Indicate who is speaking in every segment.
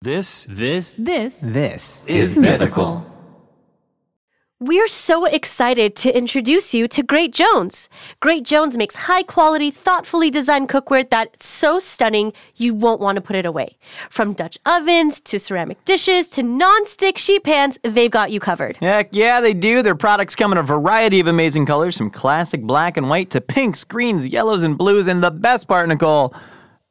Speaker 1: This this
Speaker 2: This
Speaker 3: This
Speaker 1: is mythical.
Speaker 4: We're so excited to introduce you to Great Jones. Great Jones makes high quality, thoughtfully designed cookware that's so stunning you won't want to put it away. From Dutch ovens to ceramic dishes to non-stick sheet pans, they've got you covered.
Speaker 3: Heck yeah, they do. Their products come in a variety of amazing colors, from classic black and white to pinks, greens, yellows, and blues. And the best part, Nicole,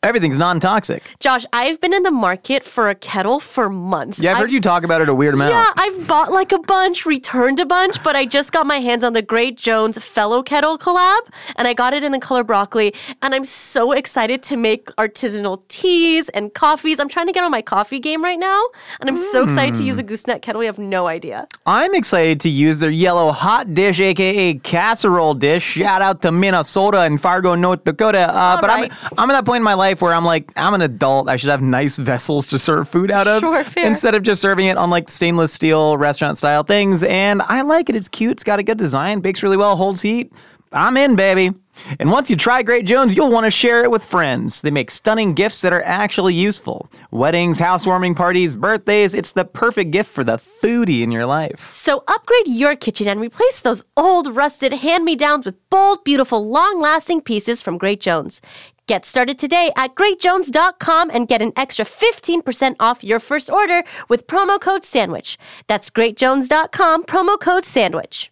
Speaker 3: everything's non toxic.
Speaker 4: Josh, I've been in the market for a kettle for months.
Speaker 3: Yeah, I've heard you talk about it a weird amount.
Speaker 4: Yeah, I've bought like a bunch, returned a bunch, but I just got my hands on the Great Jones Fellow Kettle collab, and I got it in the color broccoli. And I'm so excited to make artisanal teas and coffees. I'm trying to get on my coffee game right now, and I'm so excited to use a gooseneck kettle. You have no idea.
Speaker 3: I'm excited to use their yellow hot dish, aka casserole dish. Shout out to Minnesota and Fargo, North Dakota. Uh, but
Speaker 4: right.
Speaker 3: I'm I'm at that point in my life where I'm like, I'm an adult. I should have nice vessels to serve food out of,
Speaker 4: Sure, fair.
Speaker 3: instead of just serving it on like stainless steel restaurant style things. And I like it. It's cute. It's got a good design. Bakes really well. Holds heat. I'm in, baby. And once you try Great Jones, you'll want to share it with friends. They make stunning gifts that are actually useful. Weddings, housewarming parties, birthdays, it's the perfect gift for the foodie in your life.
Speaker 4: So upgrade your kitchen and replace those old, rusted hand me downs with bold, beautiful, long lasting pieces from Great Jones. Get started today at greatjones.com and get an extra 15% off your first order with promo code SANDWICH. That's greatjones.com, promo code SANDWICH.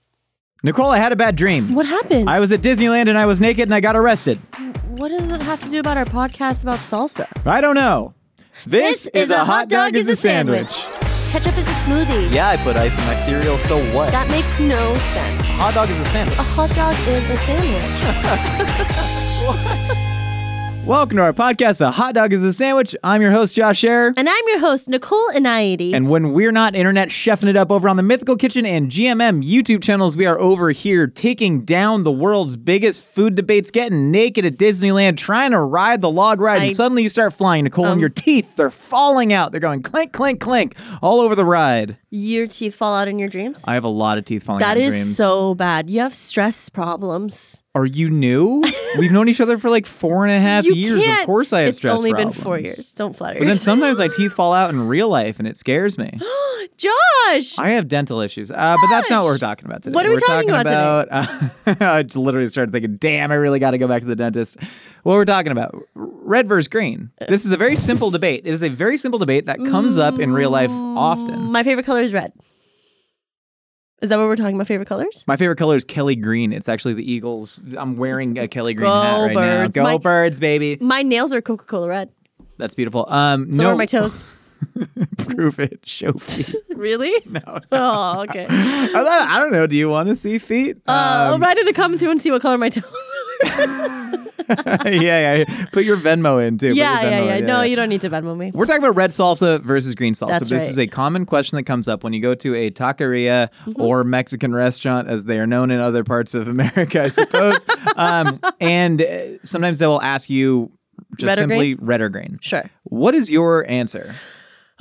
Speaker 5: Nicole, I had a bad dream.
Speaker 4: What happened?
Speaker 5: I was at Disneyland and I was naked and I got arrested.
Speaker 4: what does it have to do about our podcast about salsa?
Speaker 5: I don't know. This,
Speaker 4: Ketchup is a smoothie.
Speaker 3: Yeah, I put ice in my cereal, so what?
Speaker 4: That makes no sense.
Speaker 3: Hot dog is a sandwich.
Speaker 4: A hot dog is a sandwich.
Speaker 5: Welcome to our podcast, A Hot Dog is a Sandwich. I'm your host, Josh Scherer.
Speaker 4: And I'm your host, Nicole Inaidi.
Speaker 5: And when we're not internet chefing it up over on the Mythical Kitchen and GMM YouTube channels, we are over here taking down the world's biggest food debates, getting naked at Disneyland, trying to ride the log ride,
Speaker 4: I- Um.
Speaker 5: and suddenly you start flying, Nicole, and your teeth, they're falling out. They're going clink, clink, clink all over the ride.
Speaker 4: your teeth fall out in your dreams?
Speaker 5: I have a lot of teeth falling
Speaker 4: That
Speaker 5: out in
Speaker 4: is
Speaker 5: dreams.
Speaker 4: so bad. You have stress problems.
Speaker 5: Are you new? We've known each other for like four and a half
Speaker 4: You
Speaker 5: years. Of
Speaker 4: can't-
Speaker 5: course I have
Speaker 4: it's
Speaker 5: stress
Speaker 4: only
Speaker 5: problems.
Speaker 4: been four years. Don't flatter.
Speaker 5: But then sometimes my teeth fall out in real life and it scares me.
Speaker 4: Josh,
Speaker 5: I have dental issues, uh, but that's not what we're talking about today.
Speaker 4: What are we
Speaker 5: are
Speaker 4: talking about
Speaker 5: uh, I just literally started thinking, "Damn, I really got to go back to the dentist." What we're talking about: red versus green.
Speaker 4: Uh.
Speaker 5: This is a very simple debate. It is a very simple debate that comes up in real life often.
Speaker 4: Mm, my favorite color is red. Is that what we're talking about? Favorite colors?
Speaker 5: My favorite color is Kelly green. It's actually the Eagles. I'm wearing a Kelly green
Speaker 4: Go
Speaker 5: hat right
Speaker 4: Birds.
Speaker 5: now. Go
Speaker 4: My-
Speaker 5: birds, baby.
Speaker 4: My nails are Coca Cola red.
Speaker 5: That's beautiful. Um,
Speaker 4: So
Speaker 5: no,
Speaker 4: are my toes.
Speaker 5: prove it. Show feet.
Speaker 4: really? No. Oh, okay.
Speaker 5: I, don't- I don't know. Do you want to see feet?
Speaker 4: Uh,
Speaker 5: Um,
Speaker 4: I'll write in the comments you want to see what color my toes are.
Speaker 5: Um, yeah, yeah. Put your Venmo in too. Put your
Speaker 4: yeah, yeah,
Speaker 5: Venmo
Speaker 4: yeah,
Speaker 5: in.
Speaker 4: No, you don't need to Venmo me.
Speaker 5: We're talking about red salsa versus green salsa.
Speaker 4: That's
Speaker 5: this
Speaker 4: right.
Speaker 5: is a common question that comes up when you go to a taqueria
Speaker 4: Mm-hmm.
Speaker 5: or Mexican restaurant, as they are known in other parts of America, I suppose. um, and uh, sometimes they will ask you just
Speaker 4: Red or
Speaker 5: simply red or green.
Speaker 4: Sure.
Speaker 5: What is your answer?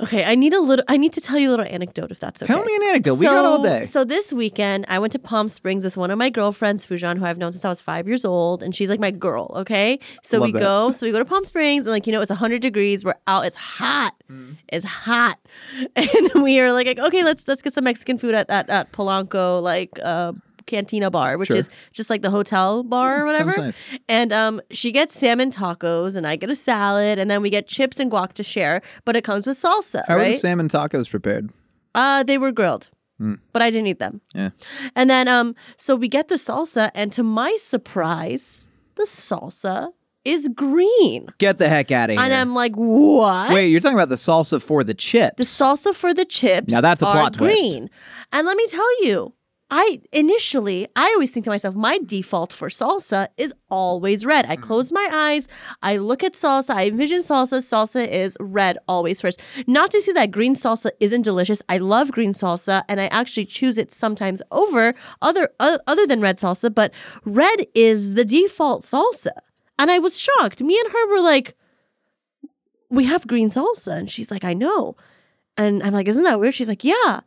Speaker 4: Okay, I need a little. I need to tell you a little anecdote if that's okay.
Speaker 5: Tell me an anecdote. we got all day.
Speaker 4: So this weekend, I went to Palm Springs with one of my girlfriends, Fujan, who I've known since I was five years old, and she's like my girl. Okay, so
Speaker 5: Love
Speaker 4: we
Speaker 5: that.
Speaker 4: go, so we go to Palm Springs, and like you know, it's hundred degrees. We're out. It's hot.
Speaker 5: Mm.
Speaker 4: It's hot, and we are like, like, okay, let's let's get some Mexican food at at, at Polanco, like. uh Cantina bar, which
Speaker 5: Sure. Mm,
Speaker 4: is just like the hotel bar or whatever.
Speaker 5: sounds nice.
Speaker 4: And um, she gets salmon tacos, and I get a salad, and then we get chips and guac to share. But it comes with salsa,
Speaker 5: How are
Speaker 4: right?
Speaker 5: the salmon tacos prepared?
Speaker 4: Uh, they were grilled,
Speaker 5: Mm.
Speaker 4: but I didn't eat them.
Speaker 5: Yeah.
Speaker 4: And then, um, so we get the salsa, and to my surprise, the salsa is green,
Speaker 5: Get the heck out of here.
Speaker 4: and I'm like, what?
Speaker 5: Wait, you're talking about the salsa for the chips.
Speaker 4: the salsa for the chips.
Speaker 5: Now that's a
Speaker 4: are
Speaker 5: plot twist.
Speaker 4: green. And let me tell you. I initially, I always think to myself, my default for salsa is always red.
Speaker 5: Mm.
Speaker 4: I close my eyes, I look at salsa, I envision salsa. Salsa is red always first. Not to say that green salsa isn't delicious. I love green salsa, and I actually choose it sometimes over other o- other than red salsa. But red is the default salsa, and I was shocked. Me and her were like, "We have green salsa," and she's like, "I know." And I'm like, isn't that weird? She's like, yeah.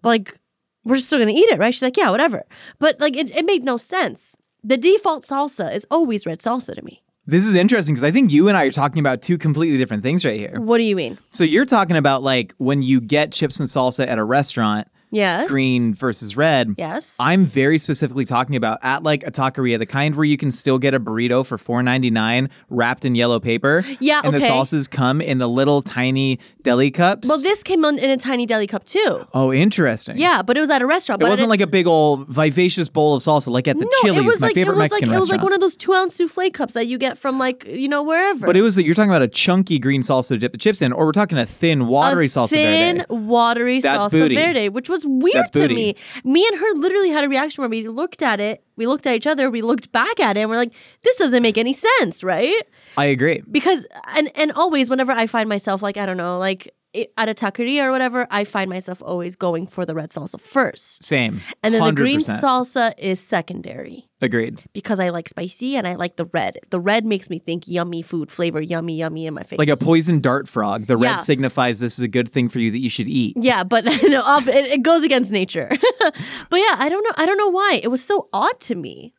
Speaker 4: But like, we're still gonna eat it, right? She's like, yeah, whatever. But like, it, it made no sense. The default salsa is always red salsa to me.
Speaker 5: This is interesting because I think you and I are talking about two completely different things right here.
Speaker 4: What do you mean?
Speaker 5: So you're talking about like when you get chips and salsa at a restaurant,
Speaker 4: Yes.
Speaker 5: green versus red.
Speaker 4: Yes.
Speaker 5: I'm very specifically talking about at like a taqueria, the kind where you can still get a burrito for $4.99 wrapped in yellow paper.
Speaker 4: Yeah,
Speaker 5: And the
Speaker 4: okay.
Speaker 5: salsas come in the little tiny deli cups.
Speaker 4: well, this came on in a tiny deli cup too.
Speaker 5: oh, interesting.
Speaker 4: Yeah, but it was at a restaurant.
Speaker 5: It
Speaker 4: but
Speaker 5: wasn't
Speaker 4: it-
Speaker 5: like a big old vivacious bowl of salsa like at the
Speaker 4: no,
Speaker 5: Chili's,
Speaker 4: it was
Speaker 5: my
Speaker 4: like
Speaker 5: favorite
Speaker 4: it was
Speaker 5: Mexican
Speaker 4: like, It was
Speaker 5: restaurant.
Speaker 4: like one of those two ounce souffle cups that you get from like you know wherever.
Speaker 5: but it was you're talking about a chunky green salsa to dip the chips in, or we're talking a thin, watery
Speaker 4: a
Speaker 5: salsa
Speaker 4: thin,
Speaker 5: verde.
Speaker 4: watery
Speaker 5: That's
Speaker 4: salsa
Speaker 5: booty.
Speaker 4: verde, which was weird
Speaker 5: That's
Speaker 4: to
Speaker 5: booty.
Speaker 4: me. Me and her literally had a reaction where we looked at it, we looked at each other, we looked back at it, and we're like, "This doesn't make any sense, right?"
Speaker 5: I agree.
Speaker 4: Because and and always whenever I find myself like I don't know like i- at a taqueria or whatever, I find myself always going for the red salsa first,
Speaker 5: Same.
Speaker 4: and then
Speaker 5: 100%.
Speaker 4: the green salsa is secondary
Speaker 5: Agreed.
Speaker 4: because I like spicy and I like the red. The red makes me think yummy food flavor, yummy, yummy in my face.
Speaker 5: Like a poison dart frog. The
Speaker 4: Yeah.
Speaker 5: red signifies this is a good thing for you that you should eat.
Speaker 4: Yeah, but no, ob- it, it goes against nature. but yeah, I don't know. I don't know why it was so odd to me.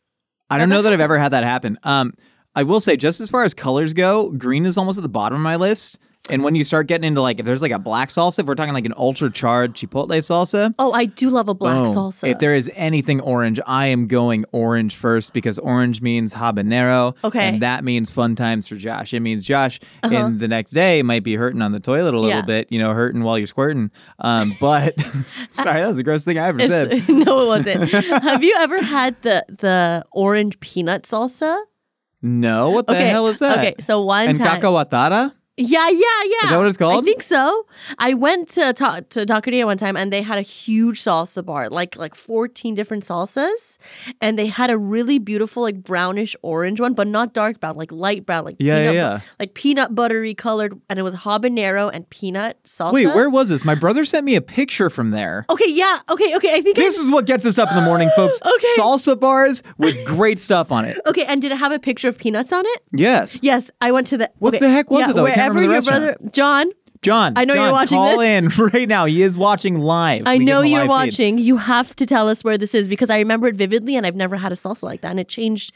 Speaker 5: I don't know that I've ever had that happen. Um, I will say, just as far as colors go, green is almost at the bottom of my list. And when you start getting into like, if there's like a black salsa, if we're talking like an ultra charred chipotle salsa,
Speaker 4: Oh, I do love a black
Speaker 5: boom.
Speaker 4: salsa.
Speaker 5: If there is anything orange, I am going orange first because orange means habanero.
Speaker 4: Okay. Uh-huh.
Speaker 5: And that means fun times for Josh. It means Josh in the next day might be hurting on the toilet a little
Speaker 4: Yeah.
Speaker 5: bit, you know, hurting while you're squirting. Um, but sorry, that was the gross thing I ever said.
Speaker 4: It's- no, it wasn't. Have you ever had the the orange peanut salsa?
Speaker 5: No, what the hell is that?
Speaker 4: Okay, so one
Speaker 5: and
Speaker 4: time,
Speaker 5: cacahuatara?
Speaker 4: yeah, yeah, yeah.
Speaker 5: Is that what it's called?
Speaker 4: I think so. I went to ta- to Taqueria one time, and they had a huge salsa bar, like like fourteen different salsas, and they had a really beautiful like brownish orange one, but not dark brown, like light brown, like
Speaker 5: Yeah,
Speaker 4: peanut
Speaker 5: yeah, yeah.
Speaker 4: like peanut buttery colored, and it was habanero and peanut salsa.
Speaker 5: Wait, where was this? My brother sent me a picture from there.
Speaker 4: Okay, yeah, okay, Oh, okay. I think I-
Speaker 5: This is what gets us up in the morning, folks.
Speaker 4: Okay.
Speaker 5: Salsa bars with great stuff on it.
Speaker 4: okay. And did it have a picture of peanuts on it?
Speaker 5: Yes.
Speaker 4: Yes, I went to the.
Speaker 5: What
Speaker 4: okay,
Speaker 5: the heck was
Speaker 4: yeah,
Speaker 5: it, though? I can't remember
Speaker 4: Wherever
Speaker 5: the
Speaker 4: your
Speaker 5: restaurant.
Speaker 4: brother John.
Speaker 5: John,
Speaker 4: I know you're
Speaker 5: John,
Speaker 4: watching
Speaker 5: call
Speaker 4: this.
Speaker 5: in right now. He is watching live.
Speaker 4: I
Speaker 5: We give
Speaker 4: know
Speaker 5: him a
Speaker 4: you're
Speaker 5: live feed.
Speaker 4: watching. You have to tell us where this is because I remember it vividly and I've never had a salsa like that and it changed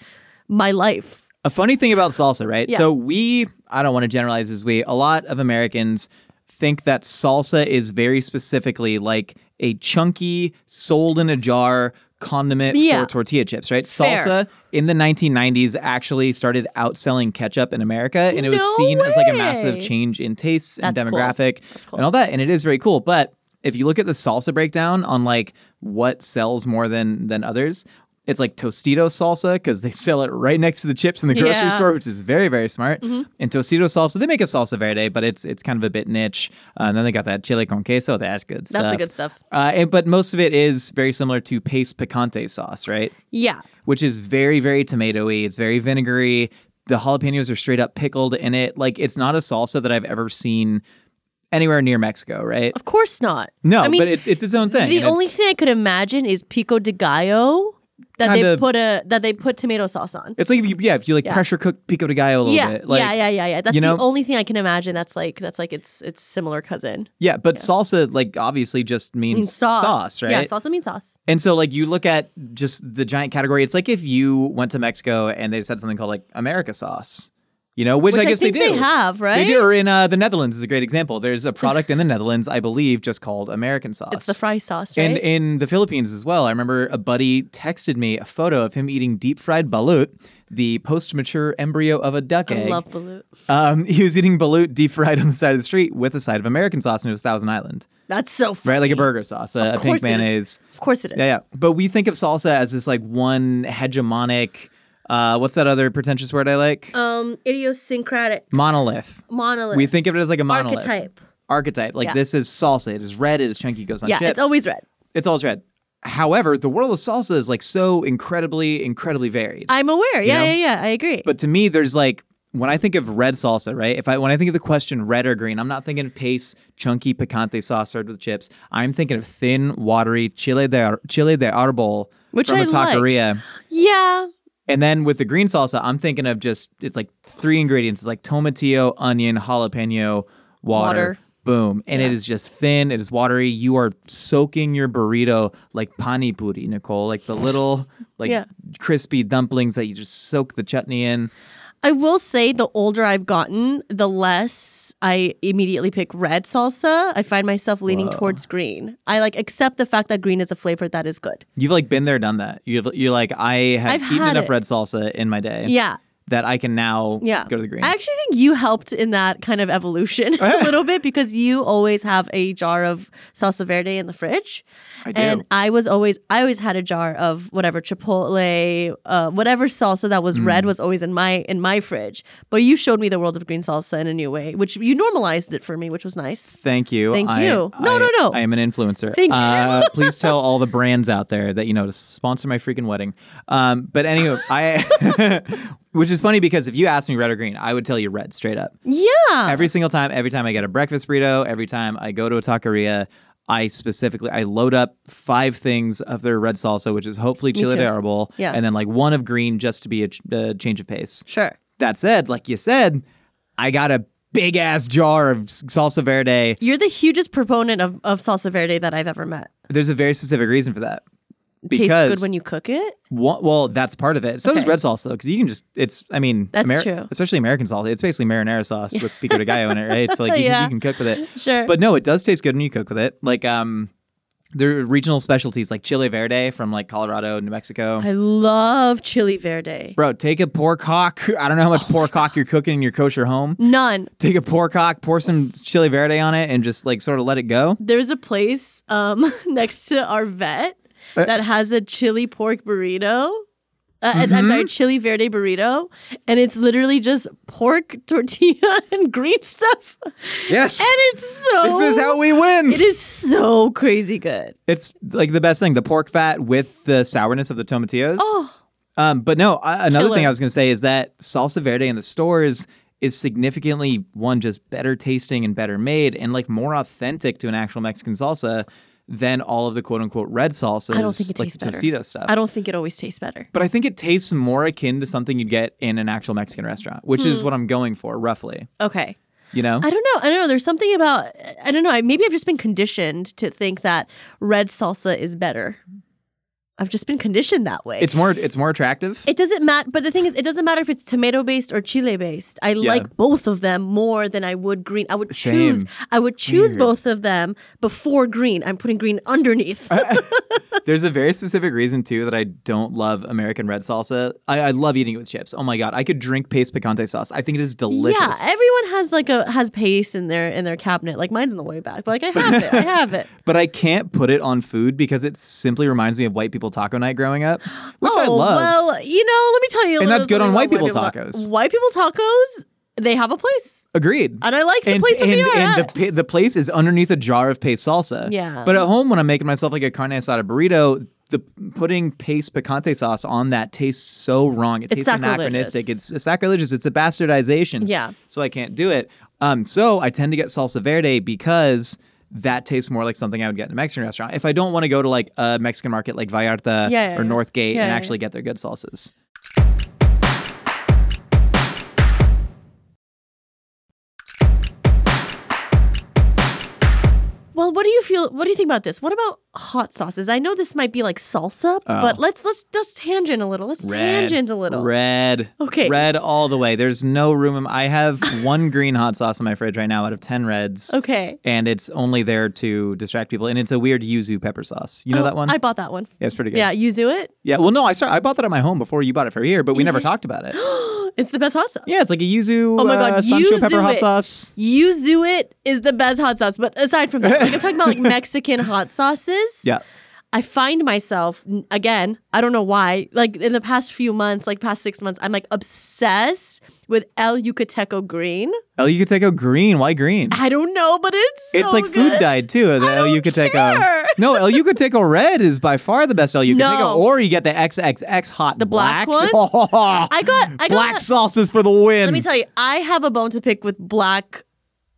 Speaker 4: my life.
Speaker 5: A funny thing about salsa, right?
Speaker 4: Yeah.
Speaker 5: So we, I don't want to generalize as we, a lot of Americans think that salsa is very specifically like a chunky, sold in a jar condiment
Speaker 4: Yeah.
Speaker 5: for tortilla chips, right?
Speaker 4: fair.
Speaker 5: Salsa in the 1990s actually started outselling ketchup in America and it was
Speaker 4: No
Speaker 5: seen as like a
Speaker 4: way.
Speaker 5: massive change in tastes and
Speaker 4: That's cool.
Speaker 5: demographic
Speaker 4: That's cool.
Speaker 5: and all that and it is very cool, but if you look at the salsa breakdown on like what sells more than than others, it's like Tostitos salsa because they sell it right next to the chips in the grocery
Speaker 4: Yeah. Mm-hmm.
Speaker 5: store, which is very very smart. And Tostitos salsa, they make a salsa verde, but it's it's kind of a bit niche. Uh, and then they got that chili con queso. That's good stuff.
Speaker 4: That's the good stuff.
Speaker 5: Uh, and, but most of it is very similar to paste picante sauce, right?
Speaker 4: Yeah.
Speaker 5: Which is very very tomatoey. It's very vinegary. The jalapenos are straight up pickled in it. Like it's not a salsa that I've ever seen anywhere near Mexico, right?
Speaker 4: Of course not.
Speaker 5: No,
Speaker 4: I mean,
Speaker 5: but it's it's its own thing.
Speaker 4: the
Speaker 5: and
Speaker 4: only
Speaker 5: it's,
Speaker 4: thing I could imagine is pico de gallo that they
Speaker 5: Kinda-
Speaker 4: put a that they put tomato sauce on.
Speaker 5: It's like if you yeah, if you like pressure cook pico de gallo a little
Speaker 4: Yeah,
Speaker 5: bit. Like,
Speaker 4: yeah, yeah, yeah, yeah. That's
Speaker 5: you know-
Speaker 4: the only thing I can imagine. That's like that's like it's it's similar cousin.
Speaker 5: Yeah, but salsa like obviously just means,
Speaker 4: I mean, sauce,
Speaker 5: right?
Speaker 4: Yeah, salsa means sauce.
Speaker 5: And so like you look at just the giant category. It's like if you went to Mexico and they just had something called like America sauce. You know, which,
Speaker 4: Which
Speaker 5: I
Speaker 4: I
Speaker 5: guess
Speaker 4: think
Speaker 5: they do.
Speaker 4: they have, right?
Speaker 5: They do. Or in uh, the Netherlands is a great example. There's a product in the Netherlands, I believe, just called American sauce.
Speaker 4: It's the fry sauce, right?
Speaker 5: And in the Philippines as well, I remember a buddy texted me a photo of him eating deep fried balut, the post mature embryo of a duck
Speaker 4: I
Speaker 5: egg.
Speaker 4: love balut.
Speaker 5: Um, he was eating balut deep fried on the side of the street with a side of American sauce, and it was Thousand Island,
Speaker 4: That's so funny.
Speaker 5: right? Like a burger sauce, a, a
Speaker 4: course
Speaker 5: pink
Speaker 4: it is.
Speaker 5: mayonnaise.
Speaker 4: Of course it is.
Speaker 5: Yeah, yeah. But we think of salsa as this like one hegemonic. Uh, what's that other pretentious word I like?
Speaker 4: Um, idiosyncratic
Speaker 5: monolith.
Speaker 4: monolith.
Speaker 5: We think of it as like a monolith
Speaker 4: Archetype.
Speaker 5: Archetype. Like
Speaker 4: Yeah.
Speaker 5: this is salsa. It is red. It is chunky. It goes on
Speaker 4: Yeah,
Speaker 5: chips.
Speaker 4: it's always red.
Speaker 5: it's always red. However, the world of salsa is like so incredibly, incredibly varied.
Speaker 4: I'm aware. Yeah,
Speaker 5: know?
Speaker 4: yeah, yeah. I agree.
Speaker 5: But to me, there's like when I think of red salsa, right? If I when I think of the question red or green, I'm not thinking of paste, chunky picante sauce served with chips. I'm thinking of thin, watery chile de chile de arbol
Speaker 4: Which
Speaker 5: from
Speaker 4: I
Speaker 5: a
Speaker 4: like.
Speaker 5: taqueria.
Speaker 4: yeah,
Speaker 5: And then with the green salsa, I'm thinking of just it's like three ingredients. It's like tomatillo, onion, jalapeno, water.
Speaker 4: Water.
Speaker 5: Boom. And it is just thin, it is watery. You are soaking your burrito like pani puri, Nicole, like the little like
Speaker 4: Yeah.
Speaker 5: crispy dumplings that you just soak the chutney in.
Speaker 4: I will say the older I've gotten, the less I immediately pick red salsa. I find myself leaning towards green. I like accept the fact that green is a flavor that is good.
Speaker 5: You've like been there, done that. You've you're like I have
Speaker 4: I've
Speaker 5: eaten
Speaker 4: had
Speaker 5: enough
Speaker 4: it.
Speaker 5: red salsa in my day
Speaker 4: Yeah.
Speaker 5: that I can now
Speaker 4: Yeah.
Speaker 5: go to the green.
Speaker 4: I actually think you helped in that kind of evolution a little bit because you always have a jar of salsa verde in the fridge. I
Speaker 5: do.
Speaker 4: And I was always I always had a jar of whatever chipotle, uh, whatever salsa that was
Speaker 5: Mm.
Speaker 4: red was always in my in my fridge. But you showed me the world of green salsa in a new way, which you normalized it for me, which was nice.
Speaker 5: Thank you.
Speaker 4: Thank
Speaker 5: I-
Speaker 4: you. No,
Speaker 5: I-
Speaker 4: no, no.
Speaker 5: I am an influencer.
Speaker 4: Thank you.
Speaker 5: Uh, please tell all the brands out there that you know to sponsor my freaking wedding. Um, but anyway, I, which is funny because if you asked me red or green, I would tell you red straight up.
Speaker 4: Yeah.
Speaker 5: Every single time, every time I get a breakfast burrito, every time I go to a taqueria, I specifically I load up five things of their red salsa, which is hopefully chili
Speaker 4: too.
Speaker 5: de arbol,
Speaker 4: Yeah.
Speaker 5: and then like one of green just to be a ch- uh, change of pace.
Speaker 4: Sure.
Speaker 5: That said, like you said, I got a big ass jar of s- salsa verde.
Speaker 4: You're the hugest proponent of, of salsa verde that I've ever met.
Speaker 5: There's a very specific reason for that.
Speaker 4: Tastes
Speaker 5: Because
Speaker 4: good when you cook it.
Speaker 5: one- well, that's part of it. So does
Speaker 4: Okay.
Speaker 5: red salsa because you can just it's. I mean,
Speaker 4: That's true.
Speaker 5: Especially American salsa, it's basically marinara sauce with pico de gallo in it, right? So like you,
Speaker 4: Yeah.
Speaker 5: can, you can cook with it.
Speaker 4: Sure.
Speaker 5: But no, it does taste good when you cook with it. Like um, there are regional specialties like chile verde from like Colorado, New Mexico.
Speaker 4: I love chili verde.
Speaker 5: Bro, take a pork hock. I don't know how much
Speaker 4: Oh
Speaker 5: pork hock you're cooking in your kosher home.
Speaker 4: None.
Speaker 5: Take a pork hock, pour some chili verde on it, and just like sort of let it go.
Speaker 4: there's a place um next to our vet
Speaker 5: Uh,
Speaker 4: that has a chili pork burrito. Uh, it's- I'm
Speaker 5: Mm-hmm.
Speaker 4: sorry, chili verde burrito, and it's literally just pork tortilla and green stuff, and
Speaker 5: Yes,
Speaker 4: it's so.
Speaker 5: this is how we win.
Speaker 4: It is so crazy good.
Speaker 5: It's like the best thing. The pork fat with the sourness of the tomatillos. Um, but no, I, another
Speaker 4: Oh. Killer.
Speaker 5: thing I was going to say is that salsa verde in the stores is significantly one just better tasting and better made and like more authentic to an actual Mexican salsa than all of the quote unquote red salsas
Speaker 4: I don't think it
Speaker 5: like
Speaker 4: tastes
Speaker 5: the
Speaker 4: better.
Speaker 5: Tostito stuff.
Speaker 4: I don't think it always tastes better.
Speaker 5: but I think it tastes more akin to something you'd get in an actual Mexican restaurant, which is what I'm going for roughly,
Speaker 4: Okay,
Speaker 5: you know?
Speaker 4: Hmm. I don't know. I don't know. There's something about I don't know. I, maybe I've just been conditioned to think that red salsa is better. I've just been conditioned that way.
Speaker 5: it's more it's more attractive.
Speaker 4: It doesn't matter. But the thing is, it doesn't matter if it's tomato based or chile based. I like both of them more than I would green. I would choose.
Speaker 5: Same.
Speaker 4: I would choose both of them before green. I'm putting green underneath.
Speaker 5: There's a very specific reason too that I don't love American red salsa. I, I love eating it with chips. Oh my god, I could drink paste picante sauce. I think it is
Speaker 4: yeah,
Speaker 5: delicious.
Speaker 4: everyone has like a has paste in their in their cabinet. Like mine's in the way back, but like I have it. I have it.
Speaker 5: but I can't put it on food because it simply reminds me of white people taco night growing up, which I
Speaker 4: oh,
Speaker 5: love.
Speaker 4: Well, you know, let me tell you. a
Speaker 5: And
Speaker 4: little
Speaker 5: that's good on
Speaker 4: something
Speaker 5: white
Speaker 4: about
Speaker 5: people
Speaker 4: people-
Speaker 5: tacos.
Speaker 4: White people tacos, they have a place,
Speaker 5: Agreed.
Speaker 4: and I like the
Speaker 5: and,
Speaker 4: place that
Speaker 5: and,
Speaker 4: they are
Speaker 5: and
Speaker 4: at.
Speaker 5: the, pa- the place is underneath a jar of paste salsa.
Speaker 4: Yeah.
Speaker 5: But at home, when I'm making myself like a carne asada burrito, the putting paste picante sauce on that tastes so wrong. It
Speaker 4: It's
Speaker 5: tastes anachronistic.
Speaker 4: sacrilegious.
Speaker 5: It's sacrilegious. It's a bastardization.
Speaker 4: Yeah.
Speaker 5: So I can't do it. Um. So I tend to get salsa verde because. That tastes more like something I would get in a Mexican restaurant. If I don't want to go to like a Mexican market like Vallarta
Speaker 4: Yeah, yeah,
Speaker 5: or
Speaker 4: yeah.
Speaker 5: Northgate
Speaker 4: Yeah,
Speaker 5: and
Speaker 4: yeah,
Speaker 5: actually get their good salsas.
Speaker 4: Well, what do you feel? What do you think about this? What about hot sauces? I know this might be like salsa, but let's let's let's tangent a little. Let's tangent a little.
Speaker 5: Oh. Red.
Speaker 4: Okay.
Speaker 5: Red all the way. There's no room. in- I have one green hot sauce in my fridge right now out of 10 reds.
Speaker 4: Okay.
Speaker 5: And it's only there to distract people. And it's a weird yuzu pepper sauce. You know that one?
Speaker 4: Oh, I bought that one.
Speaker 5: yeah, it's pretty good.
Speaker 4: Yeah, yuzu it.
Speaker 5: Yeah. Well, no, I saw, I bought that at my home before you bought it for here, but we never talked about it.
Speaker 4: It's the best hot sauce.
Speaker 5: Yeah, it's like a yuzu,
Speaker 4: Oh my God,
Speaker 5: uh, sancho
Speaker 4: yuzu
Speaker 5: pepper hot
Speaker 4: it.
Speaker 5: sauce.
Speaker 4: Yuzu it is the best hot sauce. But aside from that, like I'm talking about like Mexican hot sauces.
Speaker 5: Yeah.
Speaker 4: I find myself n- again, I don't know why, like in the past few months, like past six months, I'm like obsessed with El Yucateco green.
Speaker 5: El Yucateco green. Why green?
Speaker 4: I don't know, but it's
Speaker 5: It's
Speaker 4: so
Speaker 5: like food
Speaker 4: good.
Speaker 5: dyed too. The El
Speaker 4: don't
Speaker 5: Yucateco.
Speaker 4: care.
Speaker 5: um, No, El Yucateco red is by far the best El Yucateco.
Speaker 4: No.
Speaker 5: Or you get the XXX hot the
Speaker 4: black
Speaker 5: one.
Speaker 4: I got I
Speaker 5: black
Speaker 4: got
Speaker 5: sauces for the win.
Speaker 4: Let me tell you, I have a bone to pick with black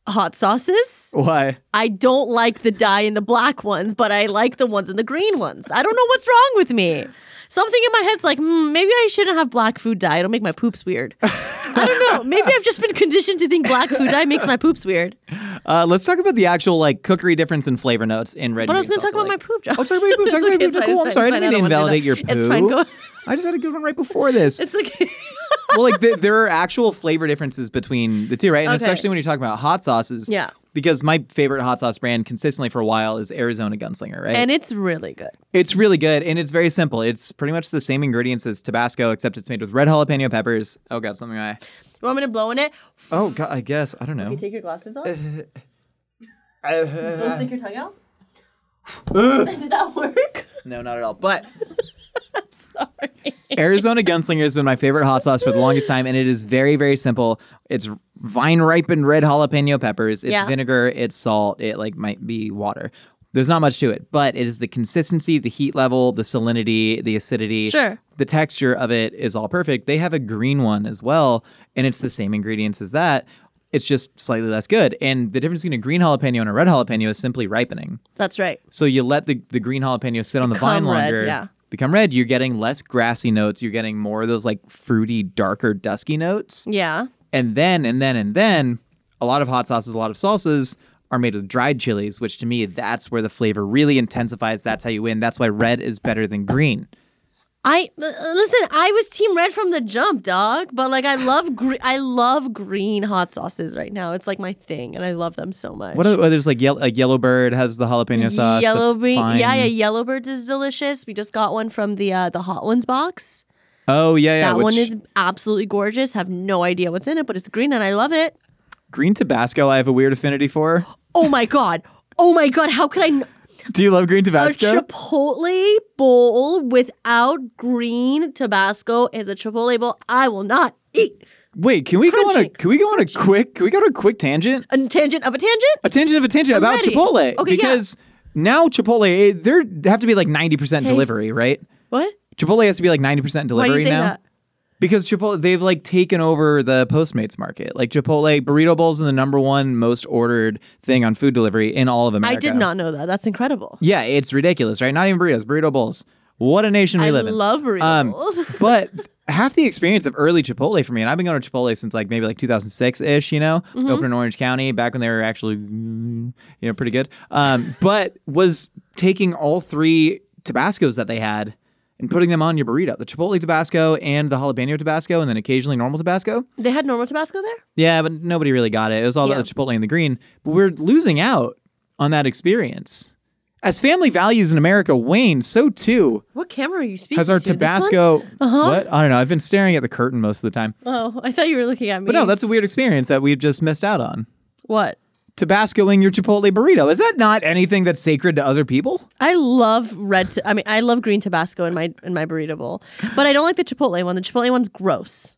Speaker 4: hot sauces.
Speaker 5: Why?
Speaker 4: I don't like the dye in the black ones, but I like the ones in the green ones. I don't know what's wrong with me. Something in my head's like, hmm, maybe I shouldn't have black food dye. It'll make my poops weird. I don't know. Maybe I've just been conditioned to think black food dye makes my poops weird.
Speaker 5: Uh, let's talk about the actual like cookery difference in flavor notes in red.
Speaker 4: But I was
Speaker 5: going
Speaker 4: going
Speaker 5: to
Speaker 4: to talk about my poop job.
Speaker 5: Oh, talk about your poop. Talk about your poop. Cool. I'm sorry. I didn't mean to invalidate your poo.
Speaker 4: It's fine. Go.
Speaker 5: I just had a good one right before this.
Speaker 4: It's okay.
Speaker 5: well, like the, there are actual flavor differences between the two, right? And
Speaker 4: Okay.
Speaker 5: especially when you're talking about hot sauces.
Speaker 4: Yeah.
Speaker 5: Because my favorite hot sauce brand consistently for a while is Arizona Gunslinger, right?
Speaker 4: and it's really good.
Speaker 5: It's really good and it's very simple. It's pretty much the same ingredients as Tabasco, except it's made with red jalapeno peppers. Oh god, something I
Speaker 4: You want me to blow in it?
Speaker 5: Oh god, I guess. I don't know.
Speaker 4: You take your glasses
Speaker 5: Uh,
Speaker 4: off? Don't stick your tongue out?
Speaker 5: uh.
Speaker 4: Did that work?
Speaker 5: No, not at all. But
Speaker 4: Sorry.
Speaker 5: Arizona Gunslinger has been my favorite hot sauce for the longest time, and it is very, very simple. It's vine ripened red jalapeno peppers. It's
Speaker 4: Yeah.
Speaker 5: vinegar. It's salt. It like might be water. There's not much to it, but it is the consistency, the heat level, the salinity, the acidity.
Speaker 4: Sure.
Speaker 5: The texture of it is all perfect. They have a green one as well, and it's the same ingredients as that. It's just slightly less good. And the difference between a green jalapeno and a red jalapeno is simply ripening.
Speaker 4: That's right.
Speaker 5: So you let the, the green jalapeno sit on the vine
Speaker 4: Become red,
Speaker 5: longer.
Speaker 4: yeah.
Speaker 5: Become red, you're getting less grassy notes. You're getting more of those like fruity, darker, dusky notes.
Speaker 4: Yeah.
Speaker 5: And then, and then, and then, a lot of hot sauces, a lot of salsas are made with dried chilies, which to me, that's where the flavor really intensifies. That's how you win. That's why red is better than green.
Speaker 4: I uh, listen. I was team red from the jump, dog. But like, I love gre- I love green hot sauces right now. It's like my thing, and I love them so much.
Speaker 5: What are, well, there's like yellow, like yellow bird has the jalapeno sauce.
Speaker 4: yellow
Speaker 5: that's
Speaker 4: bean?
Speaker 5: fine.
Speaker 4: Yeah, yeah. Yellow birds is delicious. We just got one from the uh, the hot ones box.
Speaker 5: Oh yeah, yeah.
Speaker 4: that
Speaker 5: which-
Speaker 4: one is absolutely gorgeous. Have no idea what's in it, but it's green, and I love it.
Speaker 5: green Tabasco. I have a weird affinity for.
Speaker 4: Oh my god. Oh my god. How could I? N-
Speaker 5: Do you love green
Speaker 4: a
Speaker 5: Tabasco?
Speaker 4: Chipotle bowl without green Tabasco is a Chipotle bowl. I will not eat.
Speaker 5: Wait, can we go on a
Speaker 4: Crunchy,
Speaker 5: can we go on a quick can we go on a quick tangent?
Speaker 4: A tangent of a tangent.
Speaker 5: A tangent of a tangent about
Speaker 4: ready.
Speaker 5: Chipotle
Speaker 4: Okay, yeah.
Speaker 5: because now Chipotle eh, there have to be like ninety percent delivery, right?
Speaker 4: What?
Speaker 5: Chipotle has to be like ninety percent
Speaker 4: Why
Speaker 5: delivery
Speaker 4: do you say
Speaker 5: now
Speaker 4: that?
Speaker 5: because Chipotle they've like taken over the Postmates market. Like Chipotle burrito bowls are the number one most ordered thing on food delivery in all of America.
Speaker 4: I did not know that. That's incredible.
Speaker 5: Yeah, it's ridiculous, right? Not even burritos, burrito bowls. What a nation we
Speaker 4: I
Speaker 5: live in.
Speaker 4: love
Speaker 5: Um,
Speaker 4: reels.
Speaker 5: but half the experience of early Chipotle for me, and I've been going to Chipotle since like maybe like 2006 ish, you know, opened in Orange County back when they were actually, mm, you know, pretty good. Um, but was taking all three Tabascos that they had and putting them on your burrito the Chipotle Tabasco and the jalapeno Tabasco, and then occasionally normal Tabasco.
Speaker 4: they had normal Tabasco there.
Speaker 5: Yeah, but nobody really got it. It was all about the Chipotle and the green. But we're losing out on that experience. As family values in America wane, so too
Speaker 4: What camera are you speaking?
Speaker 5: has our
Speaker 4: to? This one? Uh-huh.
Speaker 5: Tabasco. What? I don't know. I've been staring at the curtain most of the time.
Speaker 4: Oh, I thought you were looking at me.
Speaker 5: But no, that's a weird experience that we've just missed out on.
Speaker 4: what
Speaker 5: Tabascoing your Chipotle burrito. Is that not anything that's sacred to other people?
Speaker 4: I love. Red. ta- I mean, I love green Tabasco in my in my burrito bowl, but I don't like the Chipotle one. The Chipotle one's gross.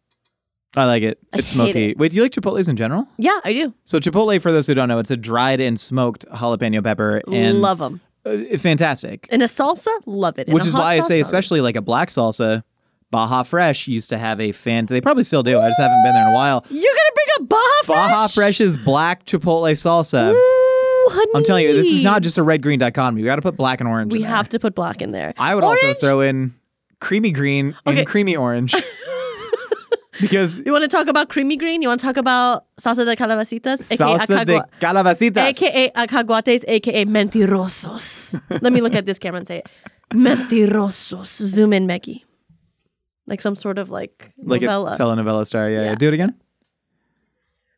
Speaker 5: I like it.
Speaker 4: I
Speaker 5: It's
Speaker 4: hate
Speaker 5: smoky. Wait, do you like Chipotle's in general?
Speaker 4: Yeah, I do.
Speaker 5: So Chipotle, for those who don't know, it's a dried and smoked jalapeno pepper and
Speaker 4: love them
Speaker 5: uh, fantastic.
Speaker 4: in a salsa. Love it. In
Speaker 5: Which
Speaker 4: a
Speaker 5: is
Speaker 4: hot
Speaker 5: why I
Speaker 4: sauce,
Speaker 5: say,
Speaker 4: love it.
Speaker 5: especially like a black salsa, Baja Fresh used to have a fan. They probably still do. I just haven't been there in a while.
Speaker 4: you're gonna bring up Baja Fresh.
Speaker 5: Baja Fresh's black Chipotle salsa.
Speaker 4: Ooh, honey.
Speaker 5: I'm telling you, this is not just a red green dichotomy. We got to put black and orange.
Speaker 4: We
Speaker 5: in there.
Speaker 4: have to put black in there.
Speaker 5: I would also
Speaker 4: Orange?
Speaker 5: throw in creamy green
Speaker 4: Okay.
Speaker 5: and creamy orange because
Speaker 4: You want to talk about creamy green? You want to talk about salsa de calabacitas,
Speaker 5: salsa de
Speaker 4: acagua-
Speaker 5: calabacitas.
Speaker 4: AKA acaguates, AKA mentirosos. Let me look at this camera and say it. Mentirosos. Zoom in, Maggie. Like some sort of like,
Speaker 5: like a
Speaker 4: novella.
Speaker 5: telenovela star. Yeah, yeah.
Speaker 4: Yeah.
Speaker 5: do it again.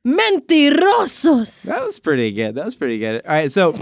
Speaker 4: mentirosos.
Speaker 5: That was pretty good. That was pretty good. All right, so